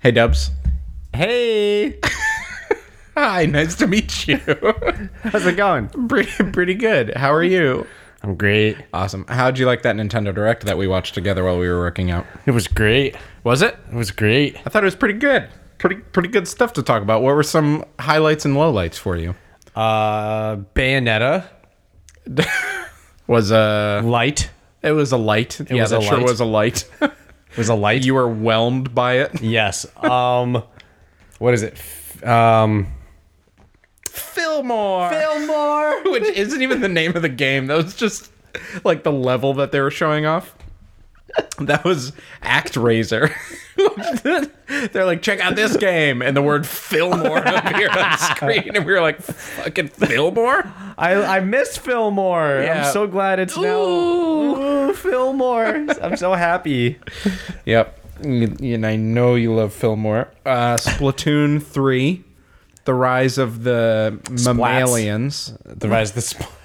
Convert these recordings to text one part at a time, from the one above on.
Hey, Dubs. Hey, Hi, nice to meet you. how's it going? pretty, pretty good. How are you? I'm great. Awesome. How'd you like that Nintendo Direct that we watched together while we were working out? It was great. Was it? It was great. I thought it was pretty good. Pretty, pretty good stuff to talk about. What were some highlights and lowlights for you? Uh, Bayonetta Was a light it was a light. It yeah, was that a sure light. was a light. was a light. you were whelmed by it. yes. Um, what is it? F- Um, Fillmore, Fillmore. which isn't even the name of the game. That was just like the level that they were showing off. That was Act Razor. They're like, check out this game, and the word Fillmore appeared on screen, and we were like, fucking Fillmore. I I miss Fillmore. Yeah. I'm so glad it's now Ooh. Ooh, Fillmore. I'm so happy. Yep. And I know you love Fillmore. Uh, Splatoon 3, The Rise of the Mammalians. The rise of the sp-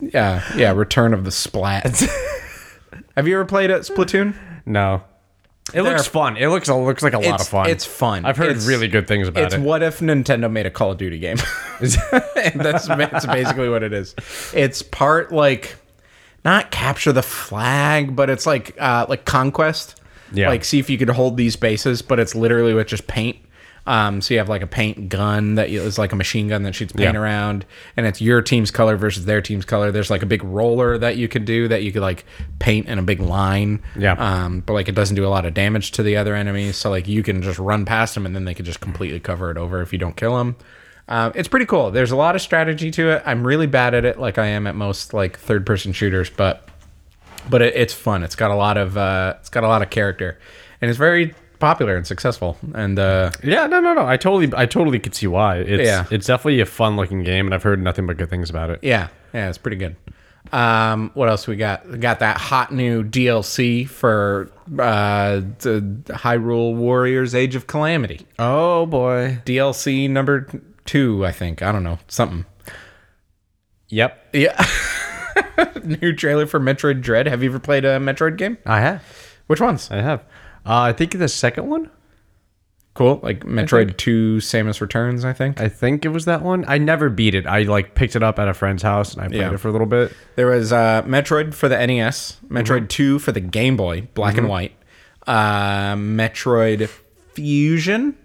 Yeah, yeah, Return of the Splats. Have you ever played at Splatoon? no. It looks fun. It looks it looks like a lot It's- of fun. it's fun. I've heard It's- really good things about it's it. what if Nintendo made a Call of Duty game? And that's, that's basically what it is. It's part like not capture the flag, but it's like uh, like conquest. Yeah. Like see if you could hold these bases, but it's literally with just paint. Um, so you have like a paint gun that you- is like a machine gun that shoots paint Yeah. around, and it's your team's color versus their team's color. There's like a big roller that you could do that you could like paint in a big line. Yeah. Um, but like it doesn't do a lot of damage to the other enemies, so like you can just run past them and then they can just completely cover it over if you don't kill them. Um, it's pretty cool. There's a lot of strategy to it. I'm really bad at it, like I am at most like third person shooters, but but it, it's fun. It's got a lot of uh, it's got a lot of character, and it's very popular and successful. And uh, Yeah, no, no, no. I totally, I totally could see why. It's, Yeah. it's definitely a fun looking game, and I've heard nothing but good things about it. yeah, yeah, it's pretty good. Um, what else we got? We got that hot new DLC for uh, the Hyrule Warriors: Age of Calamity. Oh boy. DLC number two, I think. I don't know. Something. Yep, Yeah. New trailer for Metroid Dread. Have you ever played a Metroid game? I have. Which ones? I have. Uh, I think the second one. Cool. Like Metroid 2 Samus Returns, I think. I think it was that one. I never beat it. I like picked it up at a friend's house and I played Yeah. it for a little bit. There was uh, Metroid for the NES, Metroid 2 for the Game Boy, black and white, uh, Metroid Fusion,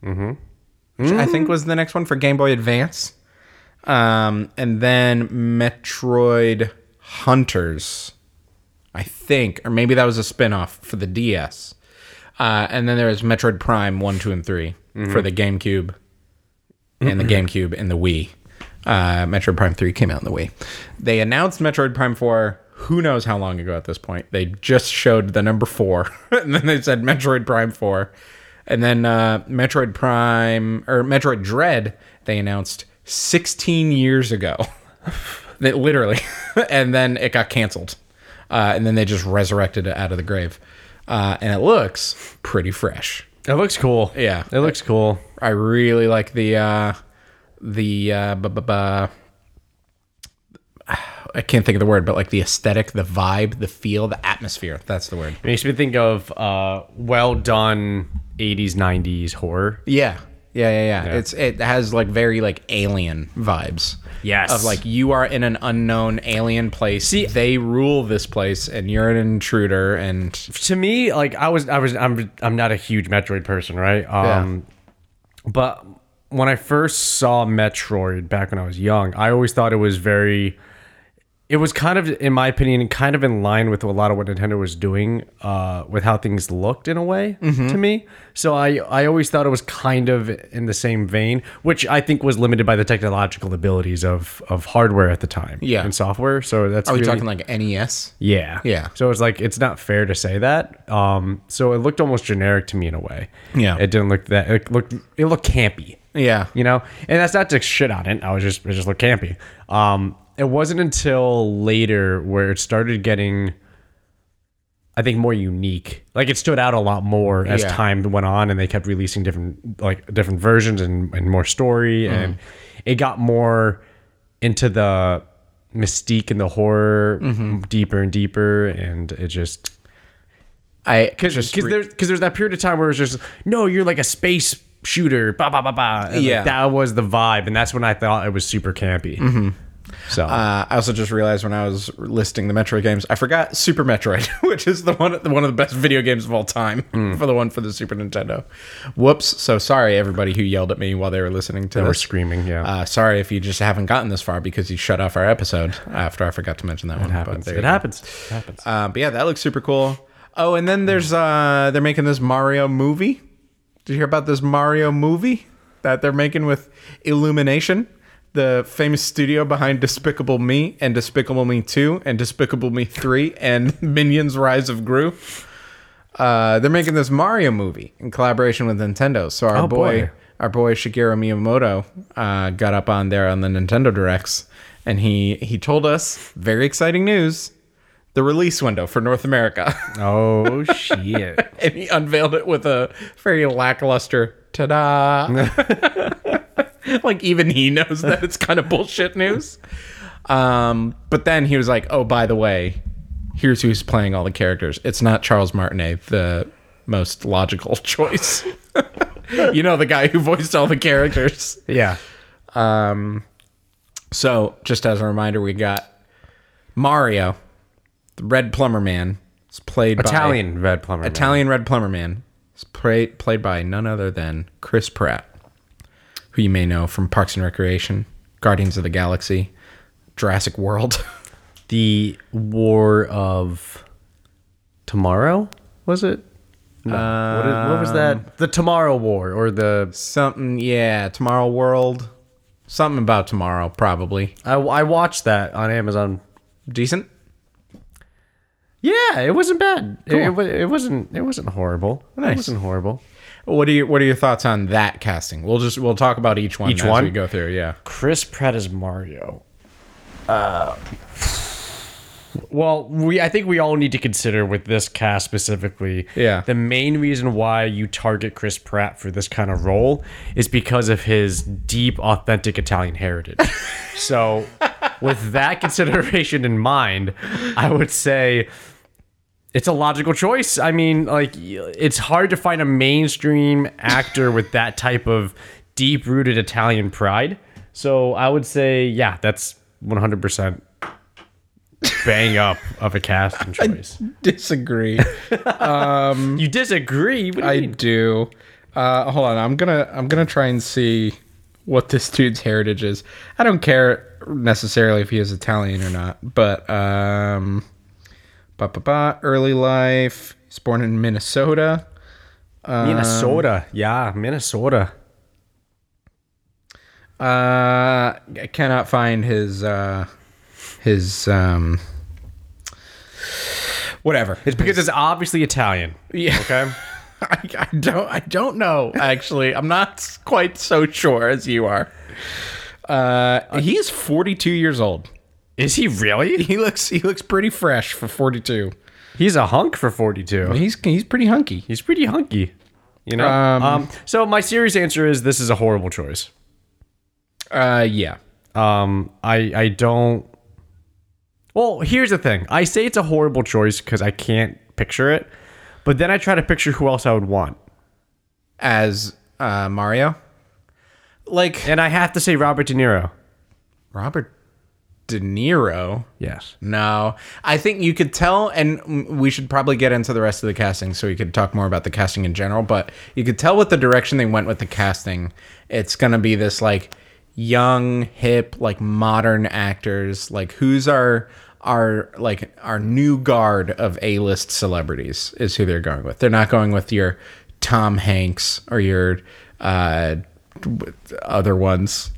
which I think was the next one for Game Boy Advance, um, and then Metroid Hunters, I think, or maybe that was a spinoff for the DS. Uh, and then there was Metroid Prime 1, 2, and 3 for the GameCube and the GameCube and the Wii. Uh, Metroid Prime 3 came out in the Wii. They announced Metroid Prime 4 who knows how long ago at this point. They just showed the number 4 and then they said Metroid Prime 4. And then uh, Metroid Prime or Metroid Dread they announced 16 years ago. That- literally. and then it got canceled. Uh, and then they just resurrected it out of the grave. Uh, and it looks pretty fresh. It looks cool. Yeah. it looks cool. I really like the uh the uh bu- bu- bu- I can't think of the word, but like the aesthetic, the vibe, the feel, the atmosphere. That's the word. It makes me think of uh, well done '80s '90s horror. Yeah. Yeah, yeah, yeah. It's it has like very like alien vibes. Yes. Of like you are in an unknown alien place. they rule this place and you're an intruder and to me like i was i was i'm i'm not a huge metroid person right um but when i first saw metroid back when i was young i always thought it was very it was kind of in my opinion kind of in line with a lot of what nintendo was doing uh with how things looked in a way Mm-hmm. to me so i i always thought it was kind of in the same vein which i think was limited by the technological abilities of of hardware at the time Yeah. and software so that's Are we really- talking like E NES? yeah. Yeah. So it's like it's not fair to say that. Um so it looked almost generic to me in a way. Yeah. It didn't look that it looked it looked campy. Yeah. You know? And that's not to shit on it. I was just it just looked campy. Um it wasn't until later where it started getting I think more unique. Like it stood out a lot more as Yeah. time went on and they kept releasing different like different versions and, and more story Mm-hmm. and it got more into the Mm-hmm. mystique and the horror deeper and deeper and it just I because just because re- there's because there's that period of time where it's just no, you're like a space shooter, ba ba ba ba. And, like, Yeah. that was the vibe, and that's when I thought it was super campy. So Uh, I also just realized when I was listing the Metroid games, I forgot Super Metroid, which is the one one of the best video games of all time Hmm. for the one for the Super Nintendo. Whoops! So sorry, everybody who yelled at me while they were listening to we're this. screaming, yeah. Uh, sorry if you just haven't gotten this far because you shut off our episode after I forgot to mention that one. it happens. there It you go. happens. It happens. Uh, but yeah, that looks super cool. Oh, and then there's uh they're making this Mario movie. Did you hear about this Mario movie that they're making with Illumination, the famous studio behind Despicable Me and Despicable Me 2 and Despicable Me 3 and Minions Rise of Gru? Uh, they're making this Mario movie in collaboration with Nintendo. So our Oh, boy, boy. our boy Shigeru Miyamoto, uh, got up on there on the Nintendo Directs, and he he told us very exciting news: the release window for North America, Oh shit! and he unveiled it with a very lackluster "ta-da." like even he knows that it's kind of bullshit news. Um, but then he was like, "Oh, by the way, here's who's playing all the characters. It's not Charles Martinet, the most logical choice. you know, the guy who voiced all the characters." Yeah, So, just as a reminder, we got Mario, the Red Plumber Man, is played by Italian Red Plumber. man. Italian Red Plumber Man, is play, played by none other than Chris Pratt, who you may know from Parks and Recreation, Guardians of the Galaxy, Jurassic World. the War of Tomorrow was it? No. what, is, what was that? The Tomorrow War or the Something, yeah. Tomorrow World. Something about tomorrow, probably. I, I watched that on Amazon. Decent. Yeah, it wasn't bad. It, it, wa- it wasn't it wasn't horrible. Nice. It wasn't horrible. What are your What are your thoughts on that casting? We'll just we'll talk about each one Each as one? we go through. Yeah. Chris Pratt is Mario. Uh, well, we I think we all need to consider with this cast specifically. Yeah. The main reason why you target Chris Pratt for this kind of role is because of his deep, authentic Italian heritage. so, with that consideration in mind, I would say it's a logical choice. I mean, like it's hard to find a mainstream actor with that type of deep-rooted Italian pride. So I would say, yeah, that's 100% bang up of a casting choice. Disagree. You disagree? What do you I mean? do. Uh, hold on. I'm gonna I'm gonna try and see what this dude's heritage is. I don't care necessarily if he is Italian or not, but um, ba ba ba. Early life. He's born in Minnesota. um, Minnesota. Yeah, Minnesota. Uh, I cannot find his uh his um whatever. It's because it's obviously Italian. Yeah. Okay. I, I don't I don't know actually. I'm not quite so sure as you are. Uh, he is 42 years old. Is he really? He looks he looks pretty fresh for 42. He's a hunk for 42. He's he's pretty hunky. He's pretty hunky. You know? Um, um so my serious answer is this is a horrible choice. Uh, yeah. Um, I I don't. Well, here's the thing. I say it's a horrible choice because I can't picture it, but then I try to picture who else I would want, As uh Mario, like and I have to say Robert De Niro. Robert De Niro. Yes. No, I think you could tell, and mm, we should probably get into the rest of the casting so we could talk more about the casting in general. But you could tell with the direction they went with the casting, it's gonna be this like young, hip, like modern actors. Like who's our our like our new guard of A list celebrities is who they're going with. They're not going with your Tom Hanks or your uh, other ones.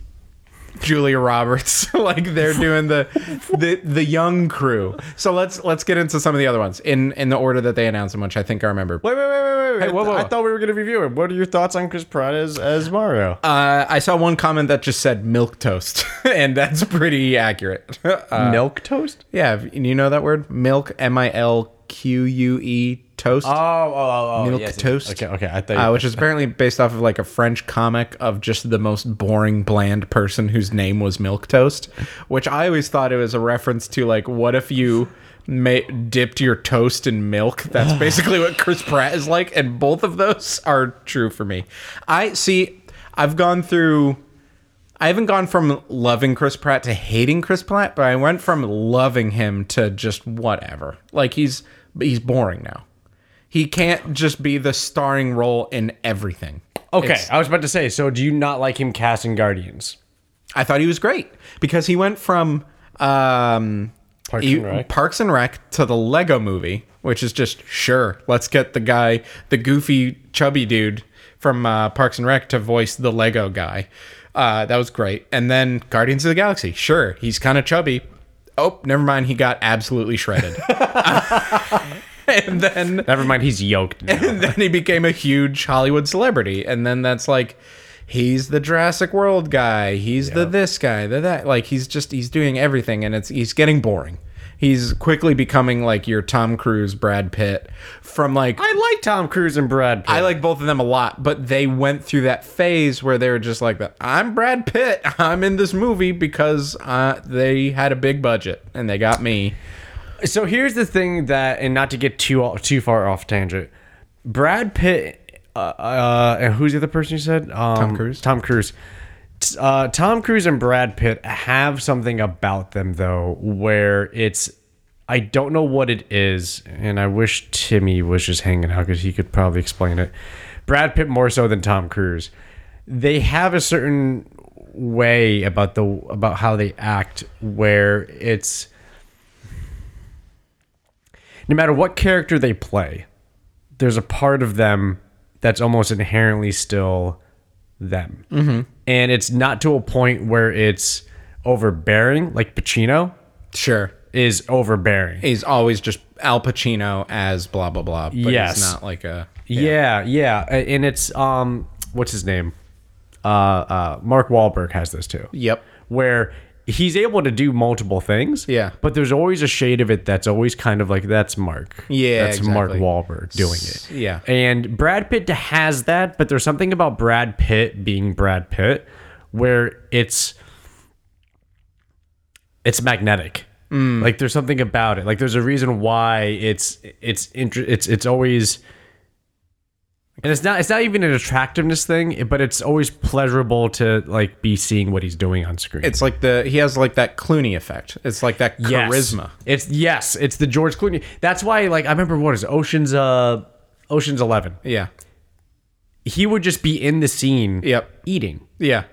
Julia Roberts. like they're doing the the the young crew. So let's let's get into some of the other ones in in the order that they announced them, which I think I remember. Wait, wait, wait, wait, wait. Hey, whoa, whoa. I thought we were gonna review it. What are your thoughts on Chris Pratt as, as Mario? Uh, I saw one comment that just said milk toast, and that's pretty accurate. Uh, Milk toast. yeah, if- you know that word milk M I L Q U E toast, Oh, oh, oh, oh milk yes, yes. toast. Okay, okay. I Uh, thought. which is apparently based off of like a French comic of just the most boring, bland person whose name was Milk Toast, which I always thought it was a reference to like, what if you ma- dipped your toast in milk. That's basically what Chris Pratt is like, and both of those are true for me. I see. I've gone through. I haven't gone from loving Chris Pratt to hating Chris Pratt, but I went from loving him to just whatever. Like he's he's boring now. He can't just be the starring role in everything. Okay, It's- I was about to say. So, do you not like him casting Guardians? I thought he was great because he went from um, Parks and Rec. Parks and Rec to the Lego Movie, which is just sure. Let's get the guy, the goofy chubby dude from uh, Parks and Rec, to voice the Lego guy. Uh, that was great. And then Guardians of the Galaxy. Sure, he's kind of chubby. Oh, never mind. He got absolutely shredded. and then Never mind, he's yoked. Now. and then he became a huge Hollywood celebrity. And then that's like, he's the Jurassic World guy. He's the this guy, the that. Like he's just he's doing everything, and it's he's getting boring. He's quickly becoming like your Tom Cruise, Brad Pitt, from like. I like Tom Cruise and Brad Pitt. I like both of them a lot, but they went through that phase where they were just like, the, "I'm Brad Pitt. I'm in this movie because uh, they had a big budget and they got me." So here's the thing that, and not to get too too far off tangent, Brad Pitt, uh, uh, and who's the other person you said? Um, Tom Cruise? Tom Cruise. T- Uh, Tom Cruise and Brad Pitt have something about them though, where it's I don't know what it is, and I wish Timmy was just hanging out because he could probably explain it. Brad Pitt more so than Tom Cruise. They have a certain way about the about how they act where it's no matter what character they play, there's a part of them that's almost inherently still them. Mm-hmm. And it's not to a point where it's overbearing, like Pacino Sure, is overbearing. he's always just Al Pacino as blah blah blah. But Yes. he's not like a yeah. yeah, A- And it's um what's his name? Uh uh Mark Wahlberg has this too. Yep. Where he's able to do multiple things. Yeah. But there's always a shade of it that's always kind of like that's Mark. Yeah, That's Mark exactly. Wahlberg doing it. yeah. And Brad Pitt has that, but there's something about Brad Pitt being Brad Pitt where it's it's magnetic. Mm. Like there's something about it. Like there's a reason why it's it's inter- it's it's always and it's not it's not even an attractiveness thing, but it's always pleasurable to like be seeing what he's doing on screen. It's like the he has like that Clooney effect. It's like that Yes. charisma. It's yes, it's the George Clooney. That's why like I remember what is it, Ocean's uh Ocean's 11. Yeah. He would just be in the scene Yep. eating. Yeah.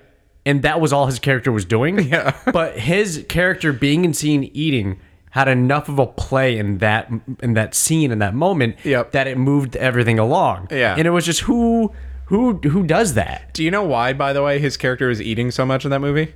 and that was all his character was doing. Yeah. but his character being in scene eating had enough of a play in that in that scene in that moment Yep. that it moved everything along. Yeah. And it was just who who who does that? Do you know why, by the way, his character was eating so much in that movie?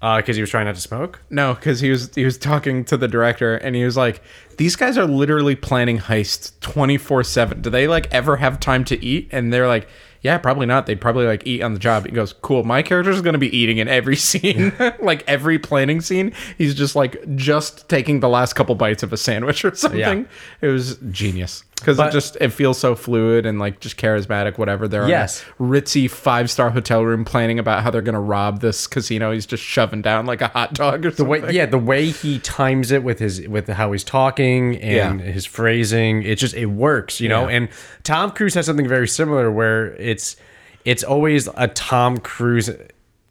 Uh cuz he was trying not to smoke. No, because he was he was talking to the director and he was like, "These guys are literally planning heists twenty four seven. Do they like ever have time to eat?" And they're like, "Yeah, probably not. They probably like eat on the job." He goes, "Cool. My character's gonna be eating in every scene, like every planning scene. He's just like just taking the last couple bites of a sandwich or something. It was genius because it But- just it feels so fluid and like just charismatic. Whatever they're in a Yes. ritzy five star hotel room planning about how they're gonna rob this casino. He's just shoving down like a hot dog or something. The way yeah, the way he times it with his with how he's talking and Yeah. his phrasing, it just it works, you know. Yeah. And Tom Cruise has something very similar where it's it's always a Tom Cruise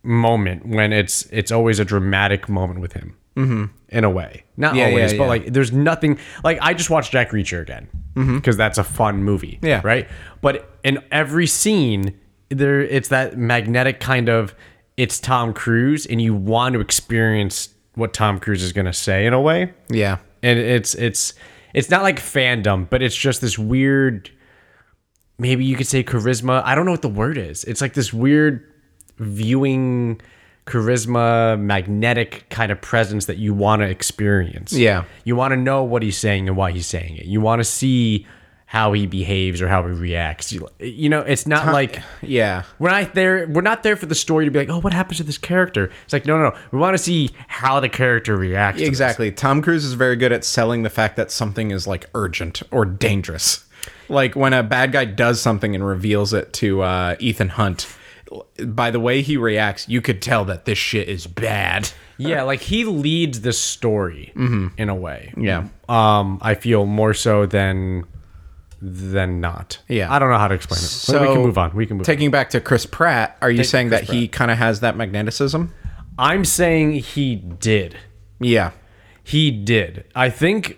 moment when it's it's always a dramatic moment with him. Mm-hmm. In a way, not Yeah, yeah, always, but yeah. like there's nothing like I just watched Jack Reacher again because that's a fun movie, Mm-hmm. Yeah. right. But in every scene, there it's that magnetic kind of it's Tom Cruise, and you want to experience what Tom Cruise is going to say in a way, Yeah. and it's it's it's not like fandom, but it's just this weird. Maybe you could say charisma. I don't know what the word is. It's like this weird viewing charisma, magnetic kind of presence that you want to experience. Yeah. You want to know what he's saying and why he's saying it. You want to see how he behaves or how he reacts. You, you know, it's not like Yeah. we're not there. We're not there for the story to be like, oh, what happens to this character? It's like, no, no, no. We want to see how the character reacts. to this. Exactly. Tom Cruise is very good at selling the fact that something is like urgent or dangerous. Like when a bad guy does something and reveals it to uh, Ethan Hunt, by the way he reacts, you could tell that this shit is bad. yeah, like he leads the story in a way. Mm-hmm. Yeah. Um, I feel more so than than not. Yeah. I don't know how to explain it. So we can move on. We can move. on. Taking back to Chris Pratt, are you saying Chris that he kind of has that magneticism? I'm saying he did. Yeah. He did. I think.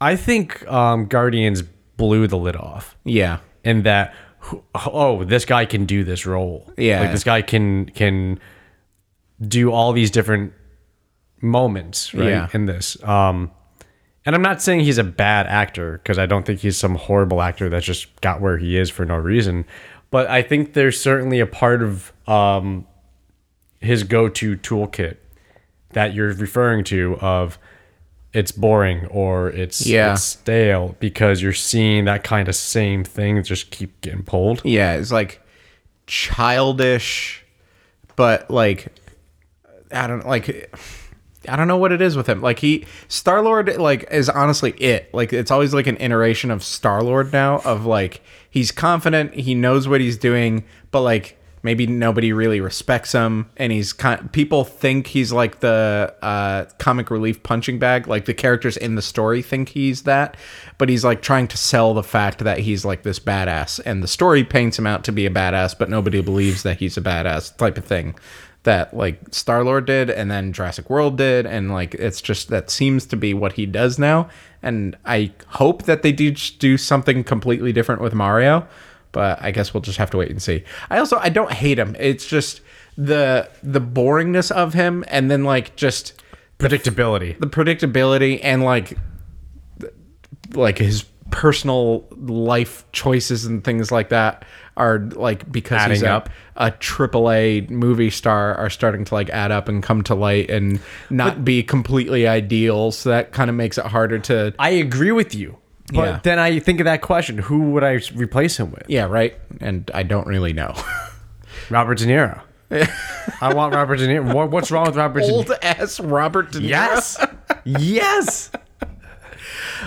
I think um, Guardians blew the lid off. Yeah. in that oh this guy can do this role Yeah. like this guy can can do all these different moments right Yeah. in this um and i'm not saying he's a bad actor because i don't think he's some horrible actor that just got where he is for no reason but i think there's certainly a part of um his go-to toolkit that you're referring to of it's boring or it's, Yeah. it's stale because you're seeing that kind of same thing just keep getting pulled. Yeah. It's like childish, but like, I don't like. I don't know what it is with him. Like he Star Lord like is honestly it. Like it's always like an iteration of Star Lord now of like he's confident, he knows what he's doing, but like maybe nobody really respects him and he's kind people think he's like the uh comic relief punching bag, like the characters in the story think he's that, but he's like trying to sell the fact that he's like this badass and the story paints him out to be a badass, but nobody believes that he's a badass type of thing that like Star Lord did and then Jurassic World did and like it's just that seems to be what he does now and I hope that they do just do something completely different with Mario but I guess we'll just have to wait and see. I also I don't hate him. It's just the the boringness of him and then like just Predictability. the predictability and like th- like his personal life choices and things like that are like because he's Adding a, up. a triple A movie star are starting to like add up and come to light and not be completely ideal so that kind of makes it harder to I agree with you. But Yeah. then I think of that question, who would I s- replace him with? yeah right and I don't really know Robert De Niro. I want Robert De Niro. What, what's wrong with Robert De Niro? old ass Robert De Niro Yes. yes.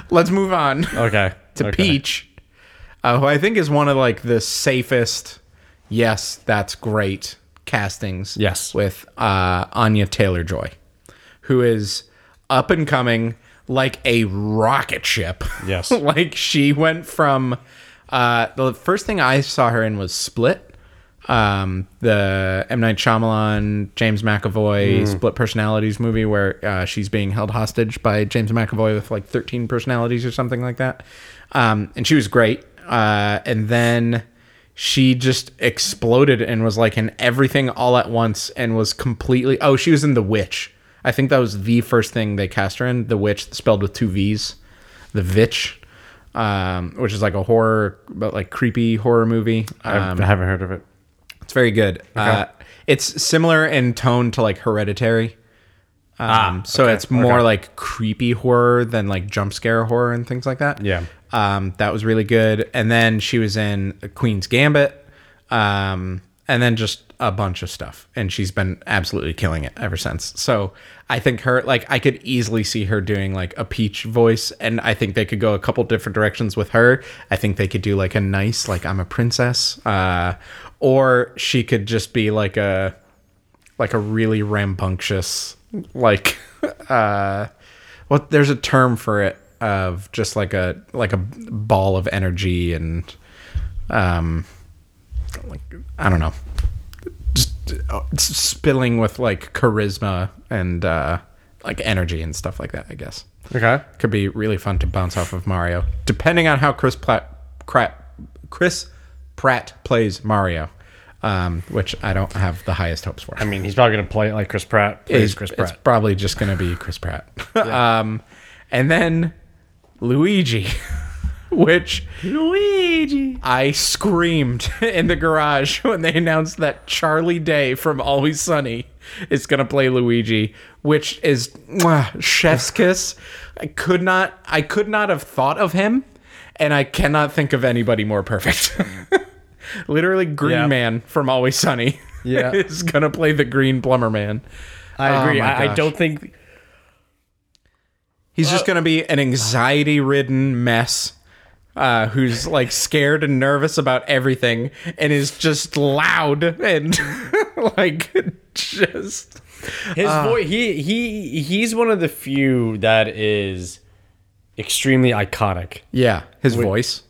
let's move on Okay. to okay. Peach, uh, who I think is one of like the safest. Yes, that's great castings. Yes. with uh, Anya Taylor Joy, who is up and coming like a rocket ship. Yes. like she went from uh, the first thing I saw her in was Split. Um, the M Night Shyamalan, James McAvoy split personalities movie where uh, she's being held hostage by James McAvoy with like thirteen personalities or something like that. Um, and she was great. Uh, and then she just exploded and was like in everything all at once and was completely. Oh, she was in The Witch. I think that was the first thing they cast her in. The Witch, spelled with two V's the Vitch, um, which is like a horror, but like creepy horror movie. I Um, haven't heard of it. it's very good. Uh, it's similar in tone to like Hereditary. Um, so it's more Ah, okay. like creepy horror than like jump scare horror and things like that. Yeah. Um, that was really good. And then she was in Queen's Gambit. Um, and then just a bunch of stuff. And she's been absolutely killing it ever since. So I think her, like, I could easily see her doing like a peach voice. And I think they could go a couple different directions with her. I think they could do like a nice, like, I'm a princess. Uh, or she could just be like a, like a really rambunctious like uh well there's a term for it of just like a like a ball of energy and um like i don't know just uh, s- spilling with like charisma and uh like energy and stuff like that i guess Okay. could be really fun to bounce off of mario depending on how chris pratt Crat, chris pratt plays mario um, which I don't have the highest hopes for I mean, he's probably going to play it like Chris Pratt. Plays is- Chris it's Pratt. probably just going to be Chris Pratt. um, and then Luigi, which Luigi. I screamed in the garage when they announced that Charlie Day from Always Sunny is going to play Luigi, which is mwah, chef's kiss. I could not, I could not have thought of him, and I cannot think of anybody more perfect. Literally, Green Yeah. Man from Always Sunny Yeah. is going to play the Green Plumber Man. I Oh agree. my I, I gosh. don't uh, think. He's just going to be an anxiety ridden mess uh, who's like scared and nervous about everything and is just loud and like just His Ah. voice, he he he's one of the few that is extremely iconic. yeah his voice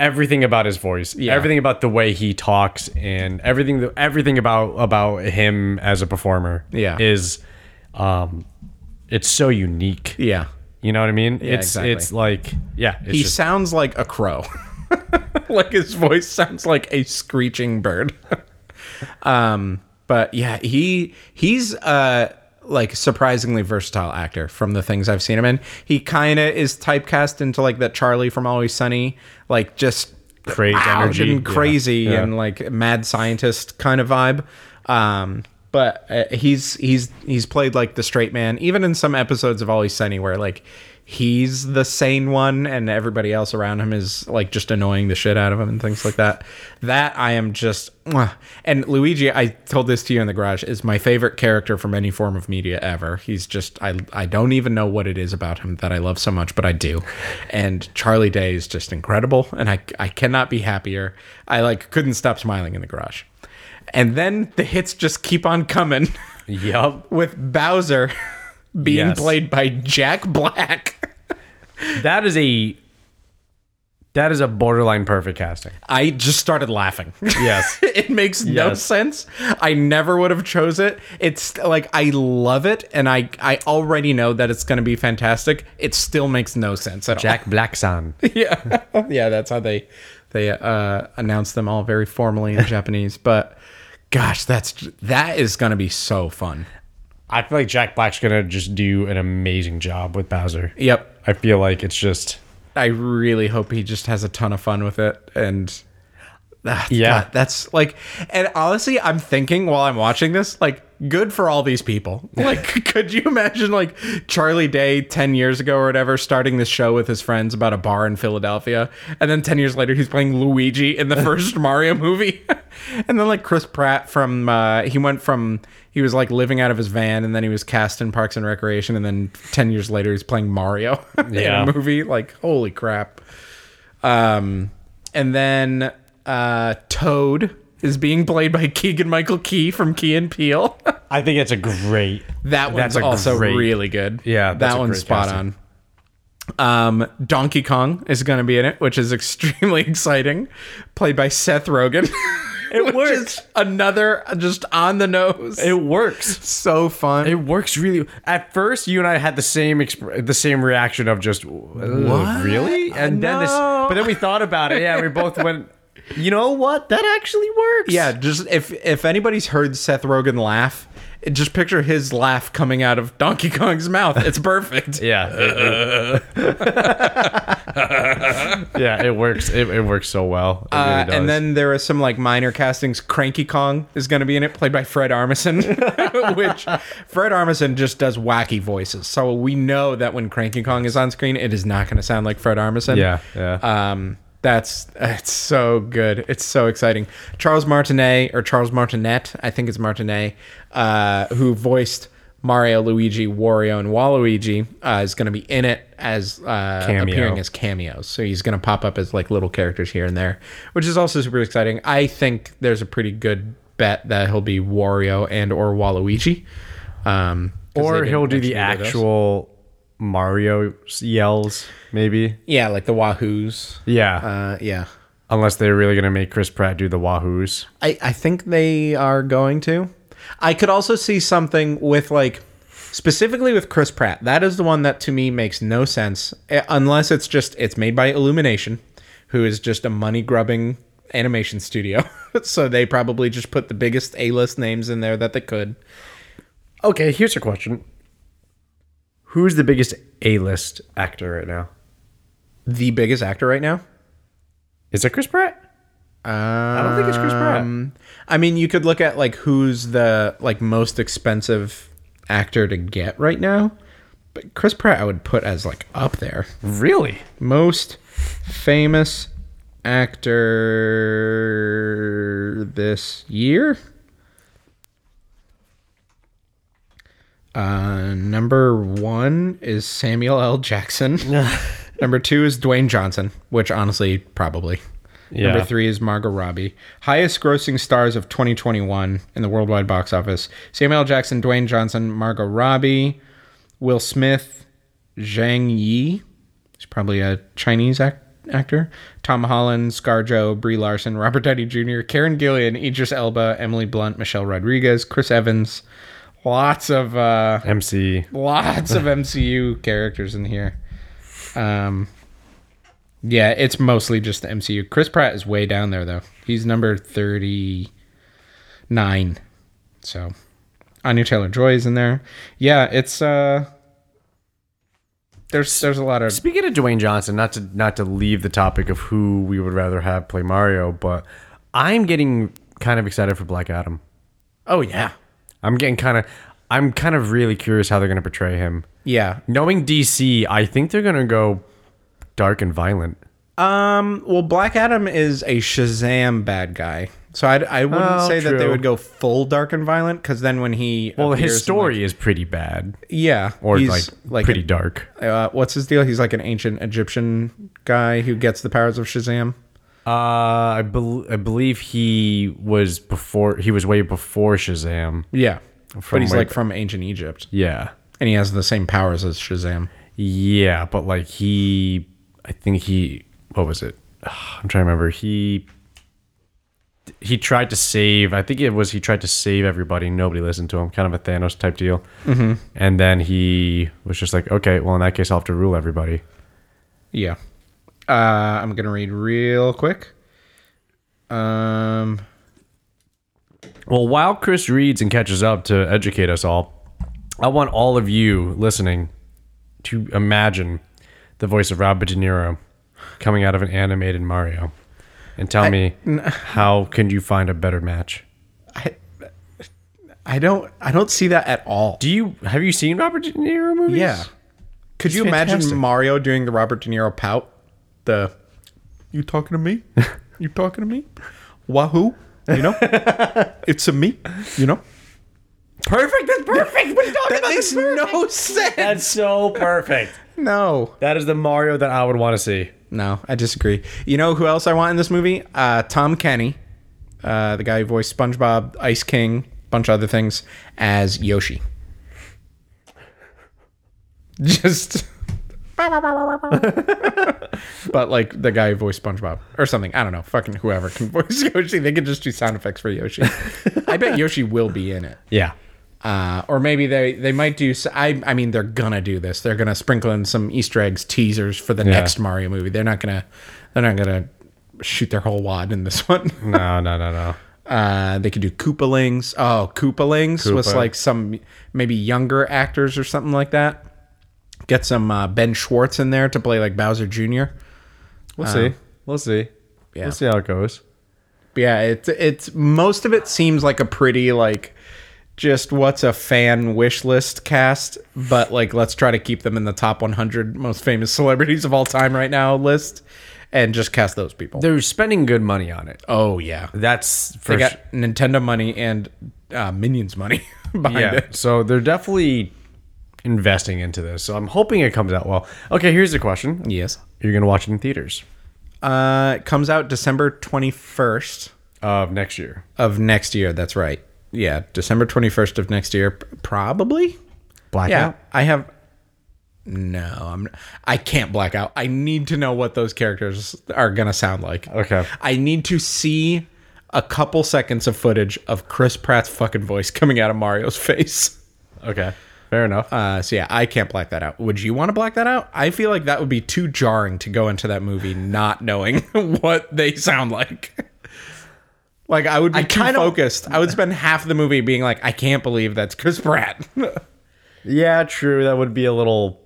Everything about his voice, everything about the way he talks, and everything everything about about him as a performer, Yeah. is, um, it's so unique. yeah You know what I mean? it's exactly. it's like yeah, it's he just- sounds like a crow like his voice sounds like a screeching bird um but yeah he he's uh like surprisingly versatile actor from the things I've seen him in. He kind of is typecast into like that Charlie from Always Sunny, like just Crazy ouch energy. and crazy Yeah. Yeah. and like mad scientist kind of vibe. Um, but uh, he's he's he's played like the straight man, even in some episodes of Always Sunny, where like he's the sane one and everybody else around him is like just annoying the shit out of him and things like that. That I am just mwah. and Luigi, I told this to you in the garage, is my favorite character from any form of media ever. He's just I I don't even know what it is about him that I love so much, but I do. And Charlie Day is just incredible, and I I cannot be happier. I like couldn't stop smiling in the garage. And then the hits just keep on coming yup. with Bowser being Yes. played by Jack Black. That is a that is a borderline perfect casting. I just started laughing. Yes. it makes no Yes. sense. I never would have chose it. It's like I love it and I I already know that it's going to be fantastic. It still makes no sense at Jack Blackson. all. Yeah. yeah, that's how they they uh announce them all very formally in Japanese, but gosh, that's that is going to be so fun. I feel like Jack Black's gonna just do an amazing job with Bowser. Yep. I feel like it's just I really hope he just has a ton of fun with it and Ah, Yeah. God, that's like and honestly I'm thinking while I'm watching this like good for all these people. Like could you imagine like Charlie Day 10 years ago or whatever starting this show with his friends about a bar in Philadelphia and then 10 years later he's playing Luigi in the first Mario movie. and then like Chris Pratt from uh he went from he was like living out of his van and then he was cast in Parks and Recreation and then 10 years later he's playing Mario Yeah. in a movie. Like, holy crap. Um, and then uh, Toad is being played by Keegan Michael Key from Key and Peele. I think it's a great that one's That's a also great- really good. Yeah, that's that a one's great spot casting. on. Um, Donkey Kong is going to be in it, which is extremely exciting. Played by Seth Rogen. It Which works. is another just on the nose. It works. so fun. It works really. At first, you and I had the same exp- the same reaction of just what? really, and then this. No. But then we thought about it. Yeah, we both went. You know what? That actually works. Yeah, just if if anybody's heard Seth Rogen laugh, it- just picture his laugh coming out of Donkey Kong's mouth. It's perfect. Yeah. it- it- yeah, it works. It, it works so well. It Uh, really does. and then there are some like minor castings. Cranky Kong is going to be in it, played by Fred Armisen, which Fred Armisen just does wacky voices. So we know that when Cranky Kong is on screen, it is not going to sound like Fred Armisen. Yeah, yeah. Um, that's it's so good. It's so exciting. Charles Martinet or Charles Martinet, I think it's Martinet, uh, who voiced Mario, Luigi, Wario, and Waluigi, uh, is going to be in it as uh, Cameo. appearing as cameos. So he's going to pop up as like little characters here and there, which is also super exciting. I think there's a pretty good bet that he'll be Wario and or Waluigi. Um, 'cause they or didn't he'll do mention the either of those. actual Mario yells, maybe. yeah, like the Wahoos. Yeah. Uh, yeah. Unless they're really gonna make Chris Pratt do the wahoos. I, I think they are going to. I could also see something with like specifically with Chris Pratt. That is the one that to me makes no sense eh, unless it's just it's made by Illumination, who is just a money grubbing animation studio. so they probably just put the biggest A-list names in there that they could. Okay, here's a question. Who's the biggest A-list actor right now? The biggest actor right now? Is it Chris Pratt? I don't think it's Chris Pratt. Um, I mean, you could look at like who's the like most expensive actor to get right now. But Chris Pratt I would put as like up there. Really? most famous actor this year. Uh, number one is Samuel L. Jackson. Number two is Dwayne Johnson, which honestly, probably. Yeah. Number three is Margot Robbie. Highest grossing stars of 2021 in the worldwide box office Samuel L. Jackson, Dwayne Johnson, Margot Robbie, Will Smith, Zhang Yi. He's probably a Chinese act- actor. Tom Holland, ScarJo, Brie Larson, Robert Downey Jr., Karen Gillian, Idris Elba, Emily Blunt, Michelle Rodriguez, Chris Evans. Lots of uh, MC. lots of MCU characters in here. Um, yeah, it's mostly just the MCU. Chris Pratt is way down there though. He's number thirty-nine. So, Anya Taylor Joy is in there. Yeah, it's uh, there's there's a lot of Speaking of Dwayne Johnson, not to not to leave the topic of who we would rather have play Mario, but I'm getting kind of excited for Black Adam. oh yeah I'm getting kind of I'm kind of really curious how they're going to portray him. yeah. Knowing DC, I think they're going to go dark and violent. Um, well, Black Adam is a Shazam bad guy. So I'd, I wouldn't Oh, say that they true. would go full dark and violent because then when he Well, his appears in, like- story is pretty bad yeah or he's like, pretty dark. uh, what's his deal? He's like an ancient Egyptian guy who gets the powers of Shazam. Uh, I, bel I believe he was before he was way before Shazam. Yeah, but From he's way like back. from ancient Egypt, Yeah. and he has the same powers as Shazam. Yeah, but like he, I think he, what was it? I'm trying to remember. He, he tried to save. I think it was he tried to save everybody. Nobody listened to him. Kind of a Thanos type deal. Mm-hmm. And then he was just like, okay, well in that case I'll have to rule everybody. Yeah, uh, I'm gonna read real quick. Um, Well, while Chris reads and catches up to educate us all, I want all of you listening to imagine the voice of Robert De Niro coming out of an animated Mario, and tell me how can you find a better match? I, I don't, I don't see that at all. Do you have you seen Robert De Niro movies? Yeah, could you fantastic. imagine Mario doing the Robert De Niro pout? The you talking to me? you talking to me? Wahoo! You know, it's a me. You know. perfect. That's perfect. What are you talking That makes no sense. That's so perfect. no. That is the Mario that I would want to see. No, I disagree. You know who else I want in this movie? Uh, Tom Kenny, uh, the guy who voiced SpongeBob, Ice King, bunch of other things, as Yoshi. Just. but like the guy who voiced SpongeBob or something. I don't know. Fucking whoever can voice Yoshi. They can just do sound effects for Yoshi. I bet Yoshi will be in it. Yeah. Uh, or maybe they, they might do. s- I I mean, they're gonna do this. They're gonna sprinkle in some Easter eggs, teasers for the next Mario movie. They're not gonna they're not gonna shoot their whole wad in this one. No, no, no, no. Uh, they could do Koopalings. Oh, Koopalings was Koopa. like some maybe younger actors or something like that. Get some uh, Ben Schwartz in there to play like Bowser Jr. We'll see. Uh, We'll see. yeah. We'll see how it goes. But yeah, it's it's most of it seems like a pretty like just what's a fan wish list cast, but like let's try to keep them in the top 100 most famous celebrities of all time right now list, and just cast those people. They're spending good money on it. oh yeah, That's for they got su- Nintendo money and uh, Minions money behind yeah. it. So they're definitely investing into this. So I'm hoping it comes out well. Okay, here's the question: Yes, You're gonna watch it in theaters uh, it comes out December 21st. of next year? of next year. That's right. Yeah, December 21st of next year, p- probably. Blackout? Yeah, I have. No, I'm. I can't black out. I need to know what those characters are gonna sound like. Okay. I need to see a couple seconds of footage of Chris Pratt's fucking voice coming out of Mario's face. Okay, fair enough. Uh, so yeah, I can't black that out. Would you want to black that out? I feel like that would be too jarring to go into that movie not knowing what they sound like. Like I would be too kinda- focused. I would spend half the movie being like, I can't believe that's Chris Pratt. yeah, true. That would be a little,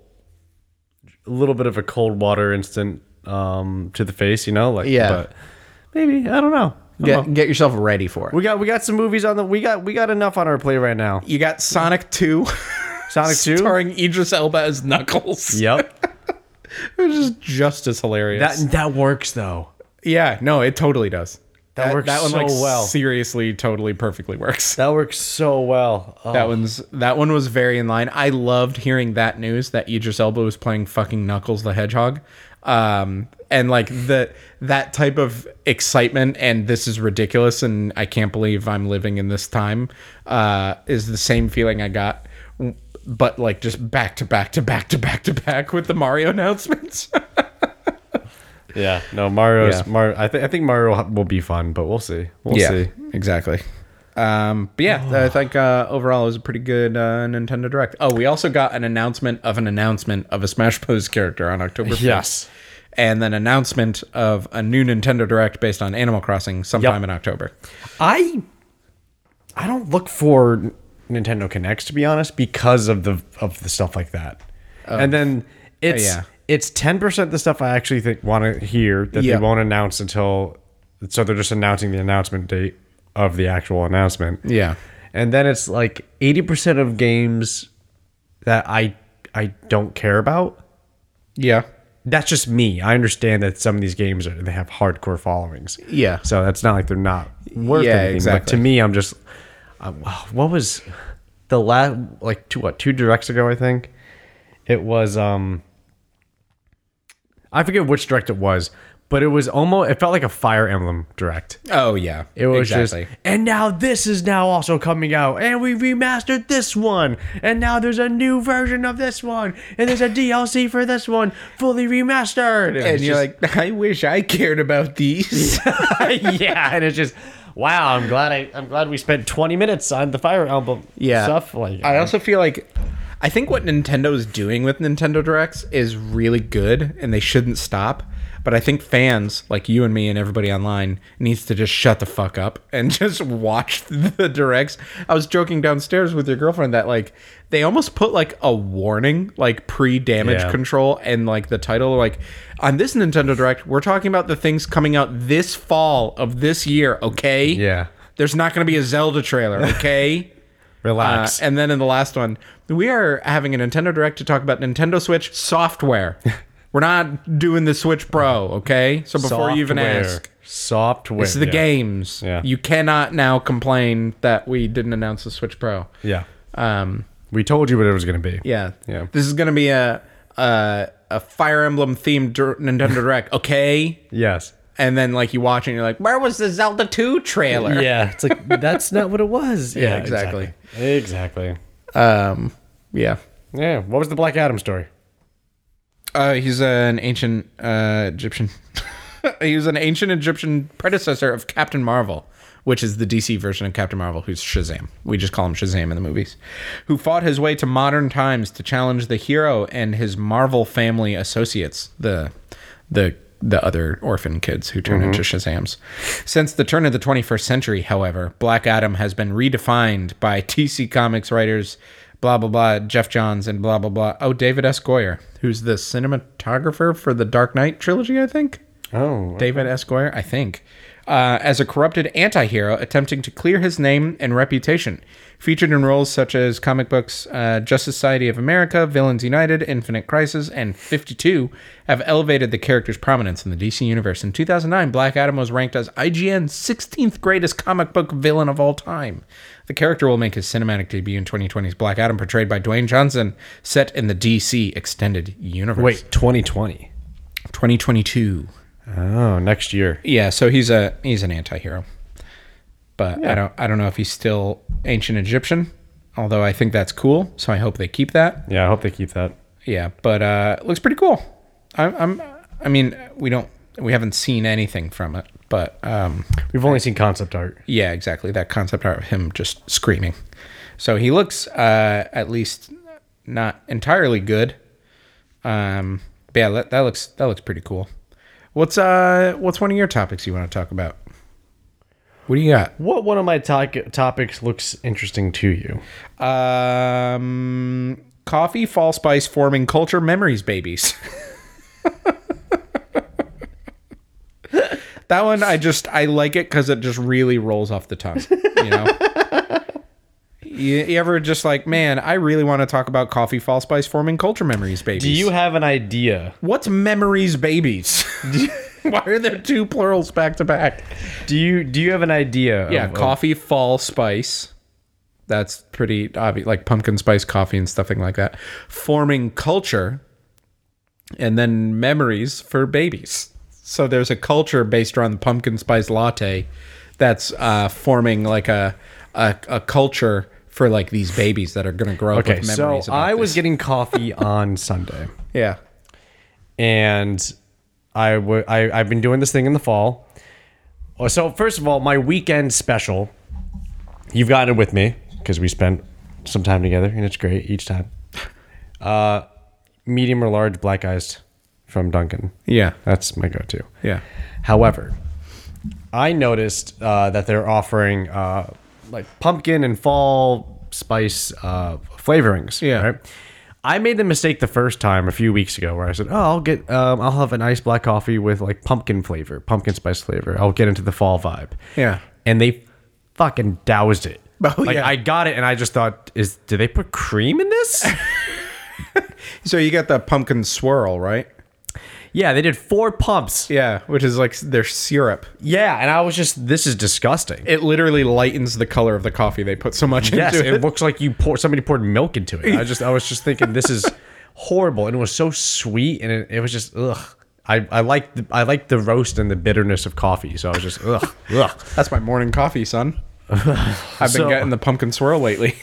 a little bit of a cold water instant um, to the face, you know? Like, Yeah. But maybe I don't know. I don't know. get yourself ready for it. We got we got some movies on the we got we got enough on our plate right now. You got Sonic Two, Sonic Two. starring Idris Elba as Knuckles, Yep. which is just as hilarious. that that works though. yeah, no, it totally does. That works so well. Seriously, totally, perfectly works. That works so well. Oh, That one's that one was very in line. I loved hearing that news that Idris Elba was playing fucking Knuckles the Hedgehog, um, and like the that type of excitement and this is ridiculous and I can't believe I'm living in this time uh, is the same feeling I got, w- but like just back to back to back to back to back with the Mario announcements. yeah. No, Mario's Yeah. Mario. I think I think Mario will- will be fun, but we'll see. We'll see. exactly. Um, but yeah, I think uh, overall it was a pretty good uh, Nintendo Direct. Oh, we also got an announcement of an announcement of a Smash Bros. character on October 1st. Yes. And then announcement of a new Nintendo Direct based on Animal Crossing sometime Yep. in October. I I don't look for Nintendo Connects to be honest because of the of the stuff like that. and then it's Oh. yeah. it's 10% the stuff I actually think want to hear that Yeah. they won't announce until so they're just announcing the announcement date of the actual announcement. Yeah. And then it's like 80% of games that I I don't care about. Yeah. That's just me. I understand that some of these games are, they have hardcore followings. Yeah. So that's not like they're not worth Yeah, anything. exactly. But to me, I'm just, I, what was the last like two what two directs ago? I think it was. um I forget which direct it was, but it was almost. It felt like a Fire Emblem direct. Oh, yeah. It was just, and now this is now also coming out, and we remastered this one, and now there's a new version of this one, and there's a DLC for this one, fully remastered. And you're like, I wish I cared about these. like, yeah, and it's just, wow, I'm glad I, I'm glad we spent 20 minutes on the Fire Emblem Yeah. Uh, stuff. Like, I also feel like I think what Nintendo is doing with Nintendo Directs is really good and they shouldn't stop. But I think fans like you and me and everybody online needs to just shut the fuck up and just watch the directs. I was joking downstairs with your girlfriend that like they almost put like a warning, like pre-damage Yeah. control and like the title like on this Nintendo Direct, we're talking about the things coming out this fall of this year, okay? Yeah. There's not going to be a Zelda trailer, okay? Uh, relax. and then in the last one, we are having a Nintendo Direct to talk about Nintendo Switch software. We're not doing the Switch Pro, okay? So before you even Software. ask, software, it's the yeah. games. Yeah. You cannot now complain that we didn't announce the Switch Pro. Yeah, Um, we told you what it was going to be. yeah. Yeah. This is going to be a, a a Fire Emblem themed dir- Nintendo Direct, okay? Yes. And then like you watch and you're like, "Where was the Zelda 2 trailer?" Yeah, it's like that's not what it was. Yeah, exactly. Exactly. exactly. Um, yeah. Yeah. What was the Black Adam story? Uh, he's an ancient uh, Egyptian. he was an ancient Egyptian predecessor of Captain Marvel, which is the DC version of Captain Marvel, who's Shazam. We just call him Shazam in the movies. Who fought his way to modern times to challenge the hero and his Marvel family associates, the the the other orphan kids who turn into Shazams. Since the turn of the 21st century, however, Black Adam has been redefined by DC Comics writers blah blah blah Jeff Johns and blah blah blah. Oh, David S. Goyer, who's the cinematographer for the Dark Knight trilogy, I think. Oh, David S. Goyer, I think. Uh, as a corrupted anti-hero attempting to clear his name and reputation featured in roles such as comic books uh, just society of america villains united infinite crisis and 52 have elevated the character's prominence in the dc universe in 2009 black adam was ranked as ign's 16th greatest comic book villain of all time the character will make his cinematic debut in 2020's black adam portrayed by dwayne johnson set in the dc extended universe wait, 2020. 2022 Oh, next year. yeah, so he's a he's an anti-hero. But I don't I don't know if he's still ancient Egyptian, although I think that's cool, so I hope they keep that. Yeah, I hope they keep that. Yeah, but uh it looks pretty cool. I I'm I mean, we don't we haven't seen anything from it, but um We've only seen concept art. yeah, exactly. That concept art of him just screaming. So he looks uh at least not entirely good. Um but yeah, that, that looks that looks pretty cool. What's uh what's one of your topics you want to talk about? What do you got? What one of my to- topics looks interesting to you? Um coffee, fall spice, forming culture, memories, babies. that one I just I like it because it just really rolls off the tongue. You know. You, you ever just like, man, I really want to talk about coffee, fall spice, forming culture memories, babies. Do you have an idea? What's memories, babies? Why are there two plurals back to back? Do you do you have an idea? Yeah, of, coffee, fall, spice. That's pretty obvious, like pumpkin spice coffee and stuff like that. Forming culture, and then memories for babies. So there's a culture based around the pumpkin spice latte that's uh, forming like a, a a culture for like these babies that are going to grow up okay, with so memories. about I was this. getting coffee on Sunday, yeah, and I w- I I've been doing this thing in the fall. Oh, So first of all, my weekend special. You've got it with me because we spent some time together, and it's great each time. Uh, medium or large black iced from Duncan. yeah, That's my go-to. yeah. However, I noticed uh, that they're offering uh, like pumpkin and fall spice uh, flavorings. Yeah. I made the mistake the first time a few weeks ago where I said, "Oh, I'll get, um, I'll have an iced black coffee with like pumpkin flavor, pumpkin spice flavor. I'll get into the fall vibe." Yeah. and they fucking doused it. Oh, like, yeah. I got it, and I just thought, "Is did they put cream in this?" So you got the pumpkin swirl, right? yeah, they did four pumps. Yeah, which is like their syrup. Yeah, and I was just, "This is disgusting." It literally lightens the color of the coffee. They put so much Yes, into it it. looks like you pour somebody poured milk into it. I just I was just thinking this is horrible, and it was so sweet, and it, it was just ugh. I I like the, I like the roast and the bitterness of coffee, so I was just ugh ugh. That's my morning coffee, son. I've been So- getting the pumpkin swirl lately.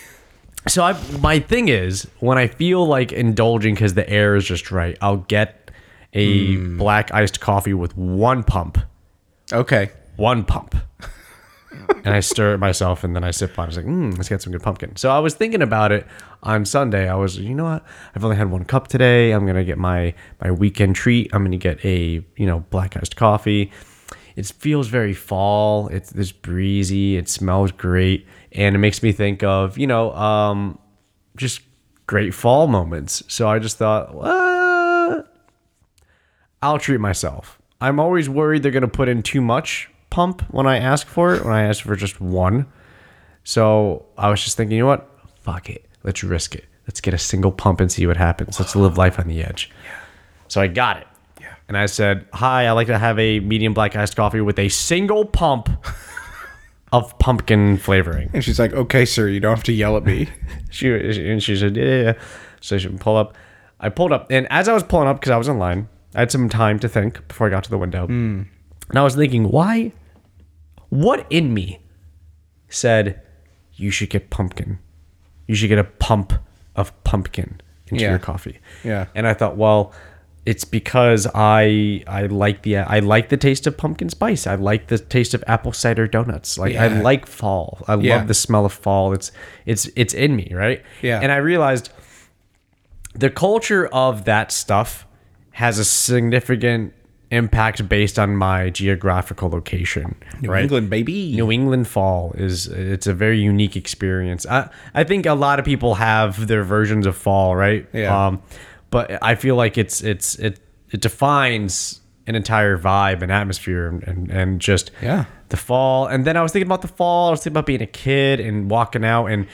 So I my thing is when I feel like indulging because the air is just right, I'll get a black iced coffee with one pump, okay. one pump. and I stir it myself, and then I sip on. it. I was like, mm, "Let's get some good pumpkin." So I was thinking about it on Sunday. I was, you know what? I've only had one cup today. I'm gonna get my my weekend treat. I'm gonna get a you know black iced coffee. It feels very fall. It's this breezy. It smells great, and it makes me think of you know um, just great fall moments. So I just thought, "What? I'll treat myself. I'm always worried they're going to put in too much pump when I ask for it, when I ask for just one. So I was just thinking, you know what? Fuck it. Let's risk it. Let's get a single pump and see what happens. Let's live life on the edge. So I got it. Yeah. And I said, hi, I'd like to have a medium black iced coffee with a single pump of pumpkin flavoring. And she's like, "Okay, sir, you don't have to yell at me." She and she said, yeah, yeah, yeah. So she pull up. I pulled up, and as I was pulling up because I was in line, I had some time to think before I got to the window, Hmm. and I was thinking, why? What in me said you should get pumpkin? You should get a pump of pumpkin into Yeah. your coffee. Yeah. And I thought, well, it's because I I like the I like the taste of pumpkin spice. I like the taste of apple cider donuts. Like I Yeah. like fall. I Yeah. love the smell of fall. It's it's it's in me, right? Yeah. And I realized the culture of that stuff has a significant impact based on my geographical location. New right. England, baby. New England fall is it's a very unique experience. I I think a lot of people have their versions of fall, right? Yeah. Um, but I feel like it's it's it it defines an entire vibe and atmosphere and and, and just Yeah. the fall. And then I was thinking about the fall. I was thinking about being a kid and walking out and.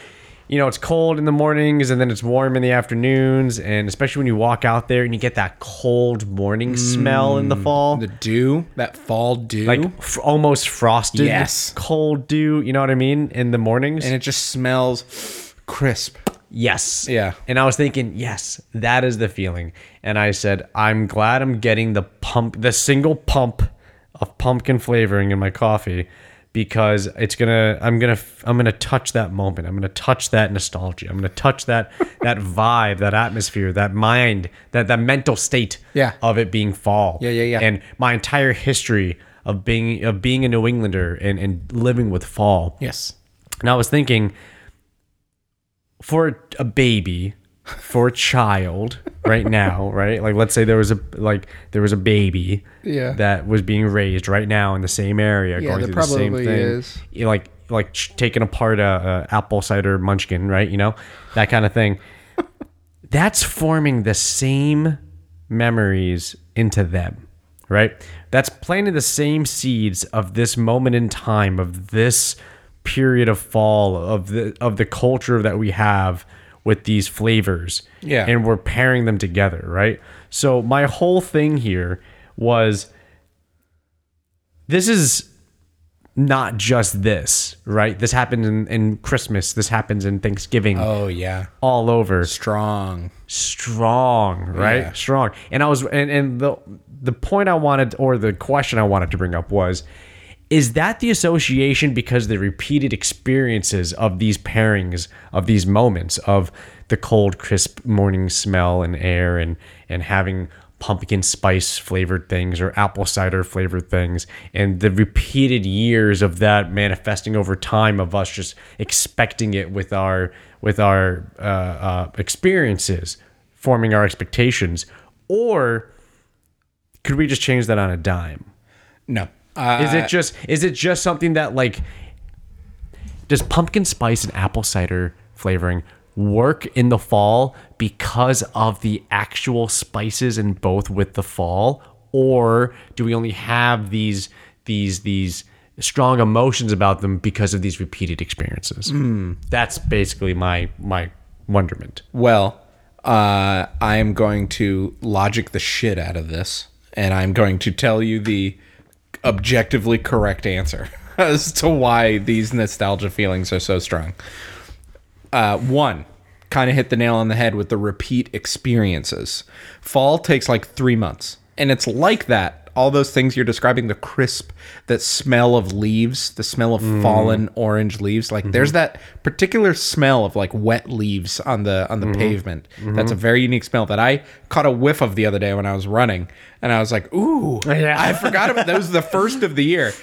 You know, it's cold in the mornings and then it's warm in the afternoons. And especially when you walk out there and you get that cold morning smell Mm, in the fall the dew, that fall dew, like f- almost frosted, Yes. cold dew. You know what I mean? In the mornings, and it just smells crisp. yes, Yeah. And I was thinking, yes, that is the feeling. And I said, I'm glad I'm getting the pump, the single pump of pumpkin flavoring in my coffee because it's gonna i'm gonna f- i'm gonna touch that moment i'm gonna touch that nostalgia i'm gonna touch that that vibe that atmosphere that mind that that mental state Yeah. of it being fall Yeah, yeah, yeah. and my entire history of being of being a New Englander and, and living with fall. Yes. And I was thinking, for a baby, for a child, right now, right? Like, let's say there was a like there was a baby, Yeah. that was being raised right now in the same area, going there through the same probably thing, is. You know, like like ch- taking apart a, a apple cider munchkin, right? You know, that kind of thing. That's forming the same memories into them, right? That's planting the same seeds of this moment in time, of this period of fall, of the of the culture that we have with these flavors. Yeah. And we're pairing them together, right? So my whole thing here was this is not just this, right? This happens in, in Christmas. This happens in Thanksgiving. Oh yeah. all over Strong. strong right Yeah. strong and i was and, and the the point i wanted or the question i wanted to bring up was is that the association because the repeated experiences of these pairings of these moments of the cold crisp morning smell and air and and having pumpkin spice flavored things or apple cider flavored things and the repeated years of that manifesting over time of us just expecting it with our with our uh, uh, experiences forming our expectations or could we just change that on a dime No. Uh, is it just is it just something that like does pumpkin spice and apple cider flavoring work in the fall because of the actual spices in both with the fall or do we only have these these these strong emotions about them because of these repeated experiences that's basically my my wonderment Well, uh, I am going to logic the shit out of this, and I'm going to tell you the objectively correct answer as to why these nostalgia feelings are so strong. Uh, one, kind of hit the nail on the head with the repeat experiences. Fall takes like three months, and it's like that. All those things you're describing, the crisp, that smell of leaves, the smell of fallen orange leaves. Like there's that particular smell of like wet leaves on the on the pavement. That's a very unique smell that I caught a whiff of the other day when I was running, and I was like, "Ooh, Yeah. I forgot about that was the first of the year."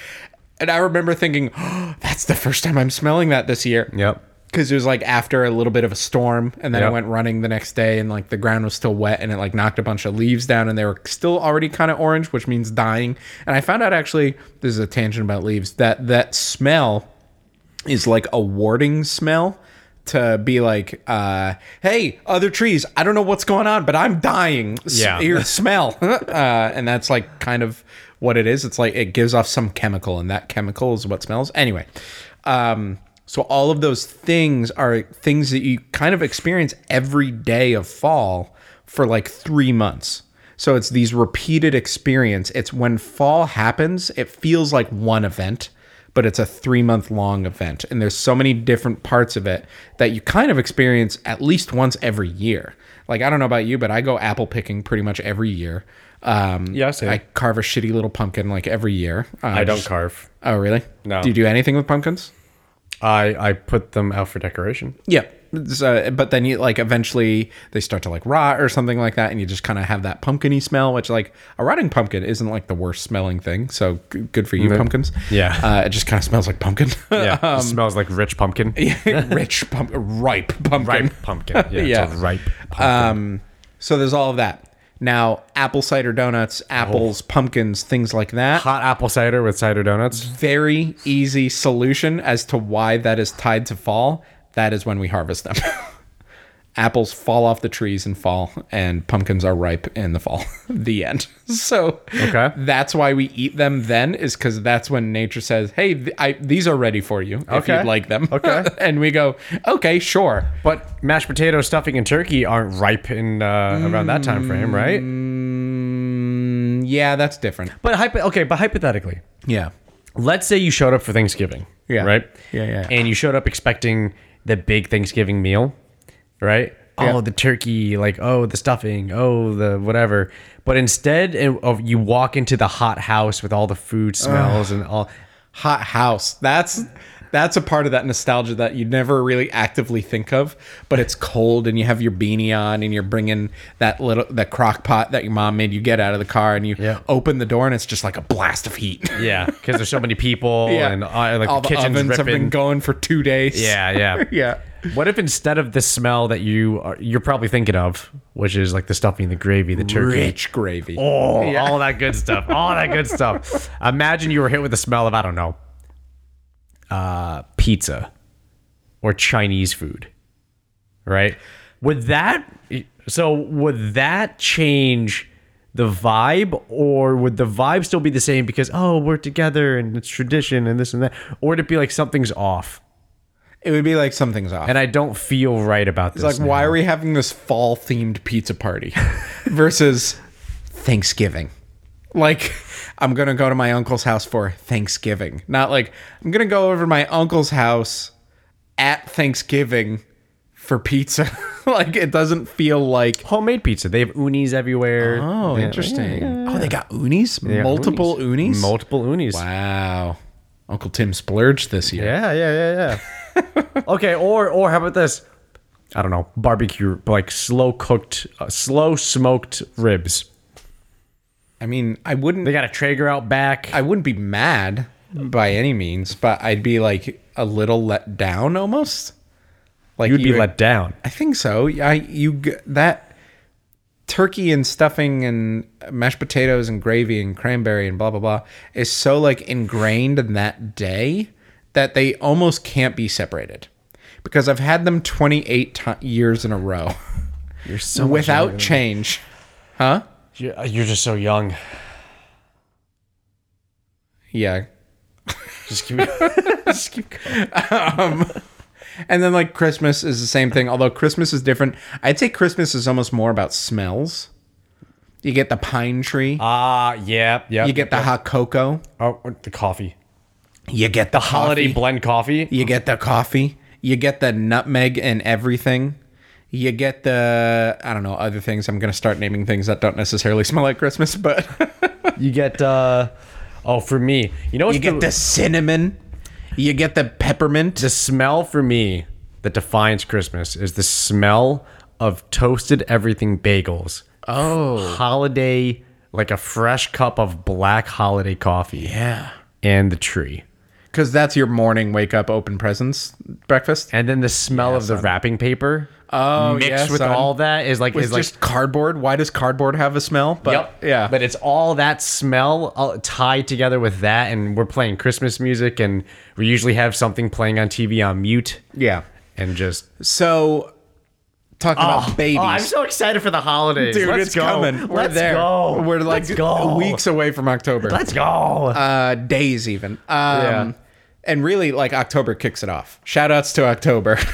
And I remember thinking, oh, "That's the first time I'm smelling that this year." yep because it was like after a little bit of a storm and then i Yep. went running the next day and like the ground was still wet and it like knocked a bunch of leaves down and they were still already kind of orange which means dying and i found out actually this is a tangent about leaves that that smell is like a warding smell to be like uh hey other trees i don't know what's going on but i'm dying S- Yeah. here smell uh and that's like kind of what it is it's like it gives off some chemical and that chemical is what smells anyway um so all of those things are things that you kind of experience every day of fall for like 3 months so it's these repeated experience it's when fall happens it feels like one event but it's a three month long event. And there's so many different parts of it that you kind of experience at least once every year. Like, I don't know about you, but I go apple picking pretty much every year. Um, Yeah, same. I carve a shitty little pumpkin like every year. Uh, i don't carve Oh, really? No. Do you do anything with pumpkins? i i put them out for decoration Yeah. So, uh, but then you like eventually they start to like rot or something like that, and you just kind of have that pumpkiny smell, which like a rotting pumpkin isn't like the worst smelling thing. So g- good for you, pumpkins. Yeah. Uh, it just kind of smells like pumpkin. yeah it smells like rich pumpkin rich pump, ripe pumpkin. ripe pumpkin yeah, Yeah. It's a ripe pumpkin. Um, so there's all of that. Now, apple cider donuts, Oh. apples, pumpkins, things like that. hot apple cider with cider donuts. Very easy solution as to why that is tied to fall. That is when we harvest them. Apples fall off the trees in fall, and pumpkins are ripe in the fall. the end. So Okay. that's why we eat them then, is because that's when nature says, "Hey, th- I, these are ready for you if Okay. you'd like them." Okay. and we go, "Okay, sure." But mashed potato stuffing and turkey aren't ripe in uh, around that time frame, right? Mm, yeah, that's different. But hypo- okay, but hypothetically, Yeah. let's say you showed up for Thanksgiving, Yeah. right? Yeah, yeah. And you showed up expecting the big Thanksgiving meal, right? Yeah. Oh, the turkey, like oh, the stuffing, oh, the whatever. But instead of you walk into the hot house with all the food smells and all. Hot house. That's that's a part of that nostalgia that you never really actively think of, but it's cold and you have your beanie on and you're bringing that little that crock pot that your mom made you get out of the car and you Yeah. open the door and it's just like a blast of heat. Yeah, because there's so many people and uh, like all the the, kitchen's ovens have ripping. been going for two days. Yeah, yeah, Yeah. What if instead of the smell that you are, you're probably thinking of, which is like the stuffing, the gravy, the turkey, Rich gravy. oh, all that good stuff, all that good stuff. Imagine you were hit with the smell of I don't know, uh, pizza or Chinese food, right? Would that so would that change the vibe, or would the vibe still be the same because oh we're together and it's tradition and this and that, or would it be like something's off? It would be like something's off. and I don't feel right about this. It's like, now. why are we having this fall themed pizza party versus Thanksgiving? Like, I'm gonna go to my uncle's house for Thanksgiving. Not like I'm gonna go over to my uncle's house at Thanksgiving for pizza. like it doesn't feel like Homemade pizza. They have unis everywhere. oh, Yeah, interesting. yeah, yeah. Oh, they got unis, multiple unis. Multiple unis. wow, Uncle Tim splurged this year. Yeah, yeah, yeah, yeah. okay, or or how about this? I don't know, barbecue like slow cooked, uh, slow smoked ribs. I mean, I wouldn't. They got a Traeger out back. I wouldn't be mad by any means, but I'd be like a little let down almost. Like You'd be you- let down. I think so. I you g- that turkey and stuffing and mashed potatoes and gravy and cranberry and blah blah blah is so like ingrained in that day that they almost can't be separated because I've had them 28 ti years in a Oh row You're so without change. Huh? You're, uh, you're just so young. Yeah. Just keep. just keep going. And then like Christmas is the same thing, although Christmas is different. I'd say Christmas is almost more about smells. You get the pine tree, Ah, yeah, yeah. you get the hot cocoa, oh, the coffee. you get the Holiday coffee, blend coffee. you get the coffee, you get the nutmeg and everything. You get the I don't know other things. I'm gonna start naming things that don't necessarily smell like Christmas, but You get. uh Oh, for me, you know what's you get the cinnamon, you get the peppermint. The smell for me that defines Christmas is the smell of toasted everything bagels. Oh. Holiday, like a fresh cup of black holiday coffee Yeah, and the tree. because that's your morning wake up, open presents breakfast. And then the smell of the wrapping paper Oh, mixed yeah, with son. all that is like, It's is like, just cardboard. Why does cardboard have a smell? But yep, yeah. But it's all that smell all tied together with that. And we're playing Christmas music and we usually have something playing on TV on mute yeah. and just So talking about babies. Oh, I'm so excited for the holidays. Dude, Let's it's go. coming. We're Let's there. go. We're like Let's go. weeks away from October. Let's go. uh days even. Um Yeah. and really like October kicks it off. Shout outs to October.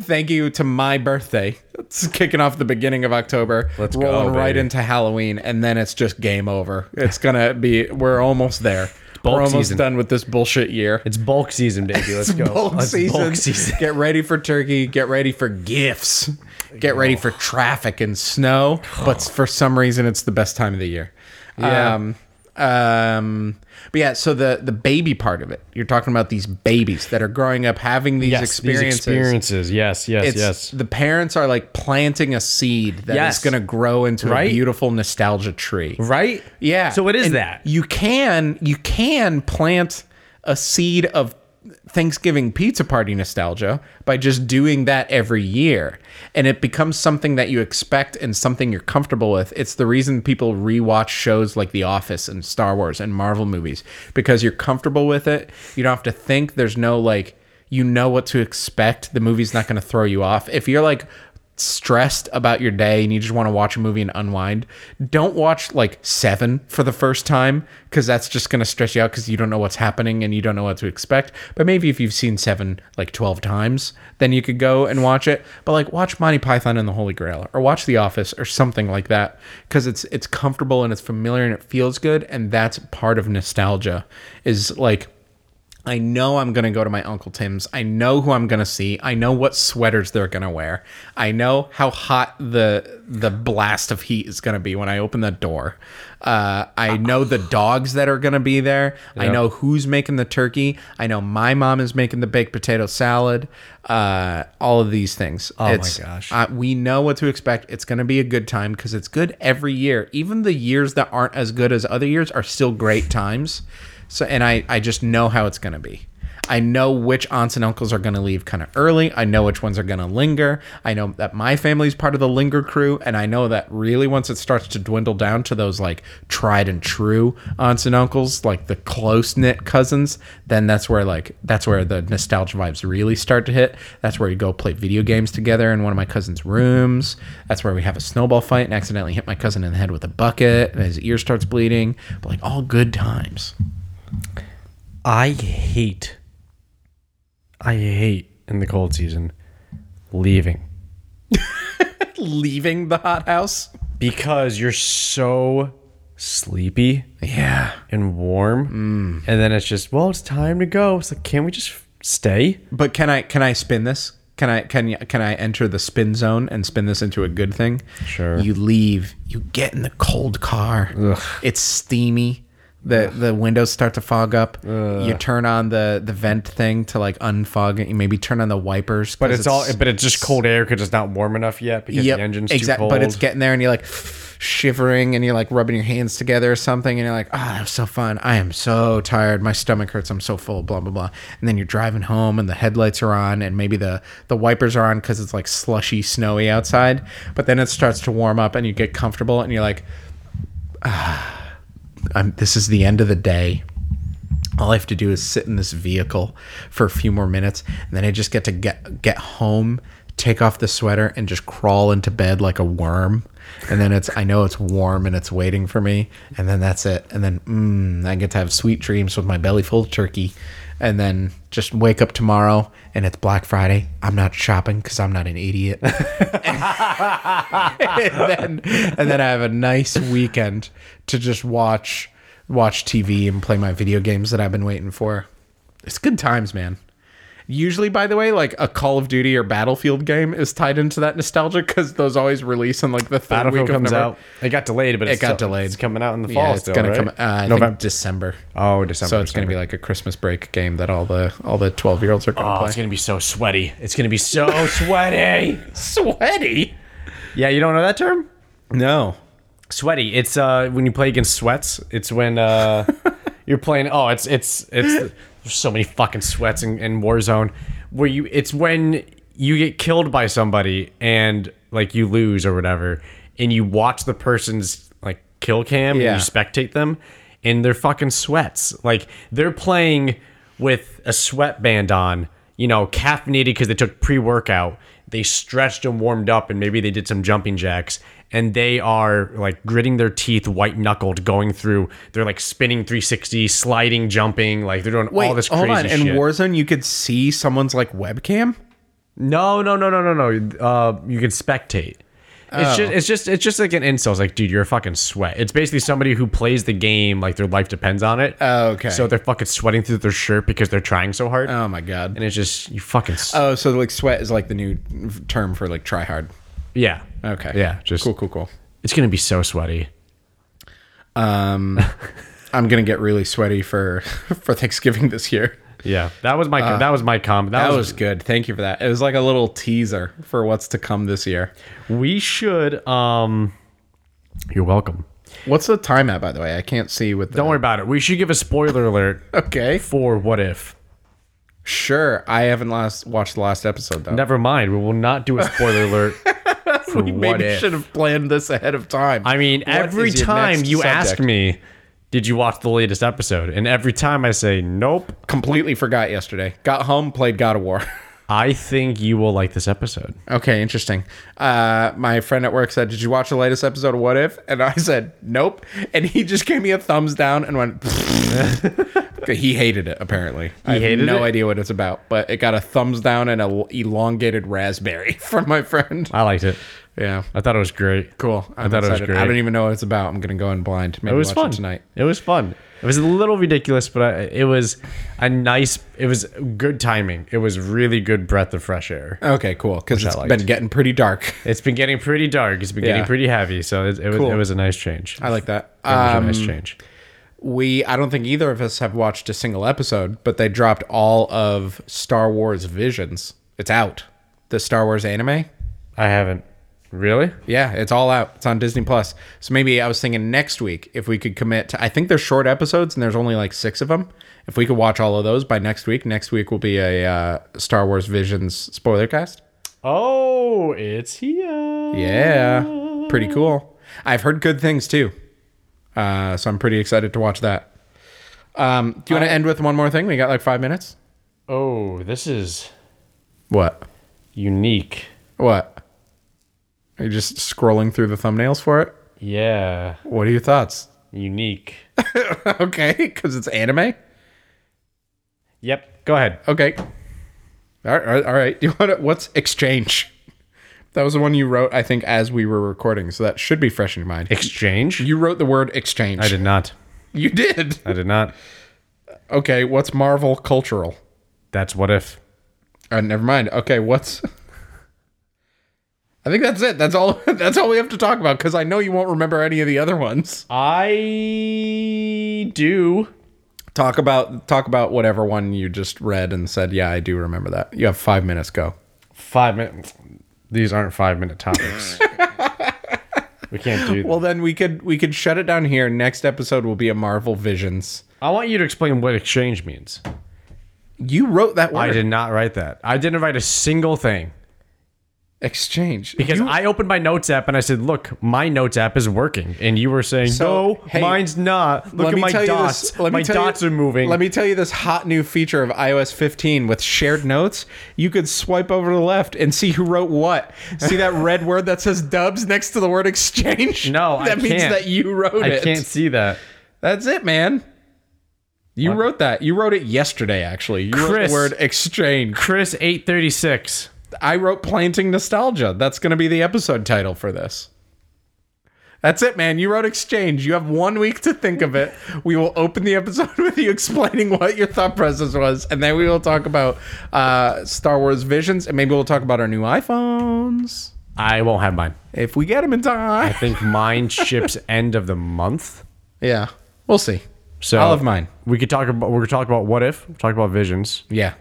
Thank you to my birthday. It's kicking off the beginning of October. Let's go, rolling right baby. into Halloween, and then it's just game over. It's gonna be. We're almost there. bulk We're almost season. done with this bullshit year. it's bulk season, baby. Let's go. bulk It's season. Bulk season. Get ready for turkey. Get ready for gifts. Get ready for traffic and snow. But for some reason, it's the best time of the year. Yeah. Um, um, but yeah, so the the baby part of it, you're talking about these babies that are growing up having these Yes, experiences. These experiences. Yes, yes, It's, yes. The parents are like planting a seed that is Yes. going to grow into a Right? beautiful nostalgia tree. Right? Yeah. So what is And that? You can you can plant a seed of Thanksgiving pizza party nostalgia by just doing that every year. And it becomes something that you expect and something you're comfortable with. It's the reason people rewatch shows like The Office and Star Wars and Marvel movies because you're comfortable with it. You don't have to think. There's no like you know what to expect. The movie's not going to throw you off. If you're like stressed about your day and you just want to watch a movie and unwind, don't watch like Seven for the first time because that's just going to stress you out because you don't know what's happening and you don't know what to expect. But maybe if you've seen Seven like 12 times, then you could go and watch it. But like watch Monty Python and the Holy Grail or watch The Office or something like that because it's it's comfortable and it's familiar and it feels good and that's part of nostalgia is like I know I'm going to go to my Uncle Tim's. I know who I'm going to see. I know what sweaters they're going to wear. I know how hot the the blast of heat is going to be when I open that door. Uh, Ah. I know the dogs that are going to be there. I know who's making the turkey. I know my mom is making the baked potato salad. Uh, all of these things. Oh my it's, gosh. uh, we know what to expect. It's going to be a good time because it's good every year. Even the years that aren't as good as other years are still great times. So, and I, I just know how it's going to be. I know which aunts and uncles are going to leave kind of early. I know which ones are going to linger. I know that my family's part of the linger crew. And I know that really once it starts to dwindle down to those like tried and true aunts and uncles, like the close knit cousins, then that's where like, that's where the nostalgia vibes really start to hit. That's where you go play video games together in one of my cousin's rooms. That's where we have a snowball fight and accidentally hit my cousin in the head with a bucket and his ear starts bleeding. But like all good times. I hate, I hate in the cold season leaving Leaving the hothouse. because you're so sleepy Yeah. and warm. Mm. And then it's just, well, it's time to go. It's like, can we just stay? But can I can I spin this? Can I can y- can I enter the spin zone and spin this into a good thing? Sure. You leave. You get in the cold car. It's steamy. The the windows start to fog up. You turn on the the vent thing to like unfog it. You maybe turn on the wipers. But it's, all, but it's just cold air because it's not warm enough yet because Yep, the engine's exact- too cold. But it's getting there, and you're like shivering, and you're like rubbing your hands together or something, and you're like, "Ah, that was so fun. I am so tired. My stomach hurts. I'm so full." Blah blah blah. And then you're driving home, and the headlights are on, and maybe the the wipers are on because it's like slushy, snowy outside. But then it starts to warm up, and you get comfortable, and you're like, ah, "I'm. This is the end of the day." all I have to do is sit in this vehicle for a few more minutes, and then I just get to get get home, take off the sweater, and just crawl into bed like a worm. And then it's I know it's warm and it's waiting for me, and then that's it. And then mm, I get to have sweet dreams with my belly full of turkey, and then just wake up tomorrow and it's Black Friday. I'm not shopping because I'm not an idiot. and then and then I have a nice weekend to just watch watch TV and play my video games that I've been waiting for. It's good times, man. Usually, by the way, like a Call of Duty or Battlefield game is tied into that nostalgia because those always release on like the third week Battlefield of comes November. out. It got delayed, but it got delayed. It's coming out in the fall. Yeah, it's still, gonna right? come. Uh, I November. think December. oh, December. so it's gonna be like a Christmas break game that all the all the twelve year olds are gonna Oh, play. it's gonna be so sweaty. It's gonna be so sweaty. Sweaty. Yeah, you don't know that term? No. Sweaty. It's uh when you play against sweats. It's when uh you're playing. Oh, it's it's it's. There's so many fucking sweats in, in Warzone. Where you, it's when you get killed by somebody and like you lose or whatever, and you watch the person's like kill cam Yeah. and you spectate them, and they're fucking sweats. Like they're playing with a sweatband on, you know, caffeinated because they took pre workout. They stretched and warmed up, and maybe they did some jumping jacks. And they are like gritting their teeth, white knuckled, going through. They're like spinning 360, sliding, jumping. Like they're doing Wait, all this crazy hold on. In shit. Warzone, you could see someone's like webcam. No, no, no, no, no, no. Uh, you can spectate. Oh. It's just, it's just, it's just like an insult. It's like, dude, you're a fucking sweat. It's basically somebody who plays the game like their life depends on it. Oh, okay. So they're fucking sweating through their shirt because they're trying so hard, Oh my god. and it's just you fucking. s Oh, so like sweat is like the new term for like try hard. yeah. Okay. Yeah. Just cool, cool, cool. it's gonna be so sweaty. Um, I'm gonna get really sweaty for for Thanksgiving this year. Yeah. That was my that was my comment. That, Uh, That was, was good. Thank you for that. It was like a little teaser for what's to come this year. we should. Um, you're welcome. What's the time at, by the way? I can't see with the. Don't worry about it. We should give a spoiler alert Okay. for what if. Sure. I haven't last watched the last episode though. Never mind. We will not do a spoiler alert for we what maybe if. should have planned this ahead of time. I mean, What every is your time next you subject? ask me, did you watch the latest episode? And every time I say, nope, completely forgot yesterday. Got home, played God of War. I think you will like this episode. Okay, interesting. Uh, my friend at work said, "Did you watch the latest episode of What If?" And I said, "Nope." And he just gave me a thumbs down and went. he hated it. Apparently, I have hated no it? idea what it's about, but it got a thumbs down and a elongated raspberry from my friend. I liked it. Yeah, I thought it was great. cool. I'm thought it was excited. great. I don't even know what it's about. I'm gonna go in blind. Maybe It was watch fun it tonight. It was fun. It was a little ridiculous, but I, it was a nice. It was good timing. It was really good breath of fresh air. Okay, cool. Because it's I been getting pretty dark. It's been getting pretty dark. It's been Yeah. getting pretty heavy. So it, it was. Cool. It was a nice change. I like that. it was Um, a nice change. we I don't think either of us have watched a single episode, but they dropped all of Star Wars Visions. It's out. The Star Wars anime. I haven't really. Yeah, it's all out. It's on Disney Plus. So maybe I was thinking next week if we could commit to I think they're short episodes and there's only like 6 of them. If we could watch all of those by next week, next week will be a uh, Star Wars Visions spoiler cast. Oh, it's here. Yeah. Pretty cool. I've heard good things too. Uh, so I'm pretty excited to watch that. Um, do you want to end with one more thing? We got like 5 minutes. Oh, this is What? unique. What? Are you just scrolling through the thumbnails for it? Yeah, What are your thoughts? unique. okay, because it's anime. yep, go ahead. Okay. All right. All right. Do you want to, what's exchange? That was the one you wrote, I think, as we were recording, so that should be fresh in your mind. Exchange? You wrote the word exchange. I did not. You did. I did not. Okay, what's Marvel cultural? That's what if. Uh, never mind. Okay, what's? I think that's it. That's all. That's all we have to talk about because I know you won't remember any of the other ones. I do. Talk about talk about whatever one you just read and said. Yeah, I do remember that. You have five minutes. Go. Five minutes. These aren't five minute topics. we can't do that. Well, then we could we could shut it down here. Next episode will be a Marvel Visions. I want you to explain what exchange means. You wrote that word. I did not write that. I didn't write a single thing exchange because You- I opened my notes app and I said, "Look, my notes app is working," and you were saying, So, "No, hey, mine's not. Look at my you dots. this- let me my tell you- dots are moving." Let me tell you this hot new feature of iOS 15 with shared notes. You could swipe over to the left and see who wrote what. See that red word that says dubs next to the word exchange? No, I that means can't. that you wrote I it. can't see that. That's it, man. You wrote that. You wrote it yesterday, actually. You wrote Chris. the word exchange. Chris eight thirty six. I wrote planting nostalgia. That's going to be the episode title for this. That's it, man. You wrote exchange. You have one week to think of it. We will open the episode with you explaining what your thought process was, and then we will talk about uh, Star Wars visions, and maybe we'll talk about our new iPhones I won't have mine. if we get them in time. I think mine ships end of the month. Yeah, we'll see. So I'll have mine. We could talk about. We're gonna talk about what if. Talk about visions. Yeah,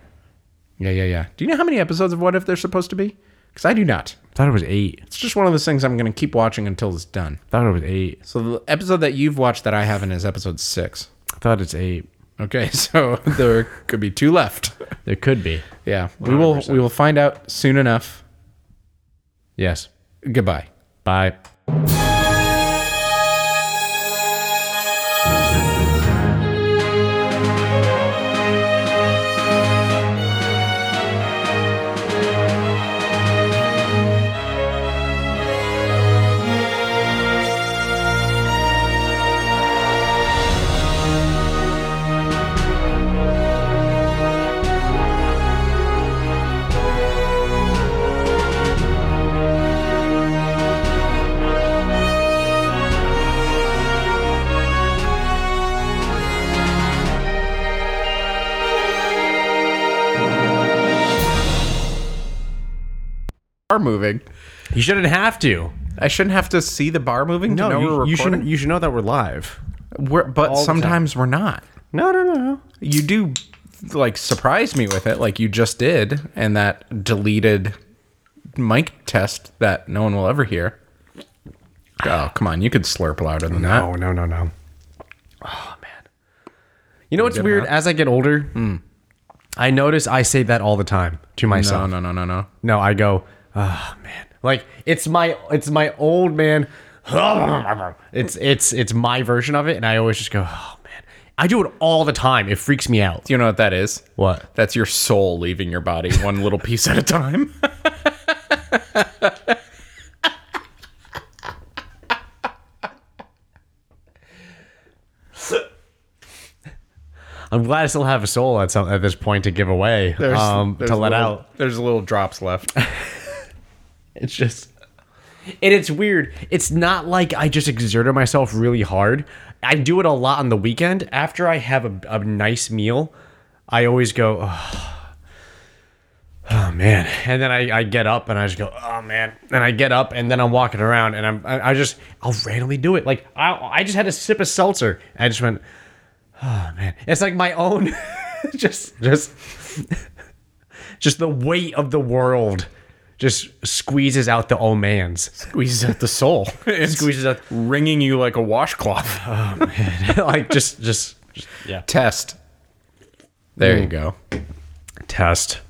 yeah, yeah, yeah. Do you know how many episodes of What If there's supposed to be? Because I do not. I thought it was eight. It's just one of those things I'm going to keep watching until it's done. I thought it was eight. So the episode that you've watched that I haven't is episode six. I thought it's eight. Okay, so there could be two left. There could be. Yeah, we will we will find out soon enough. Yes. Goodbye. Bye. Bar moving. You shouldn't have to. I shouldn't have to see the bar moving to know you, we're you recording. should. You should know that we're live. we're, but the time. sometimes we're not. No, no, no, no. You do like surprise me with it, like you just did, and that deleted mic test that no one will ever hear. Oh come on, you could slurp louder than that. No, no, no, no. Oh man. Oh, You know what's weird? As I get older, I notice I say that all the time to No, myself. no, no, no, no. No, I go, oh man. Like it's my it's my old man. It's it's it's my version of it, and I always just go, oh man. I do it all the time. It freaks me out. Do you know what that is? What? That's your soul leaving your body one little piece at a time. I'm glad I still have a soul at some at this point to give away, um, to let little- out. There's little drops left. It's just, and it's weird. It's not like I just exerted myself really hard. I do it a lot on the weekend. After I have a, a nice meal, I always go, oh, oh, man. And then I, I get up and I just go, oh man. And I get up and then I'm walking around and I'm I, I just I'll randomly do it. Like I I just had a sip of seltzer. I just went, oh man. It's like my own, just just just the weight of the world just squeezes out the old man's Squeezes out the soul. It's squeezes out wringing you like a washcloth. like just just, just yeah Test. There you go. test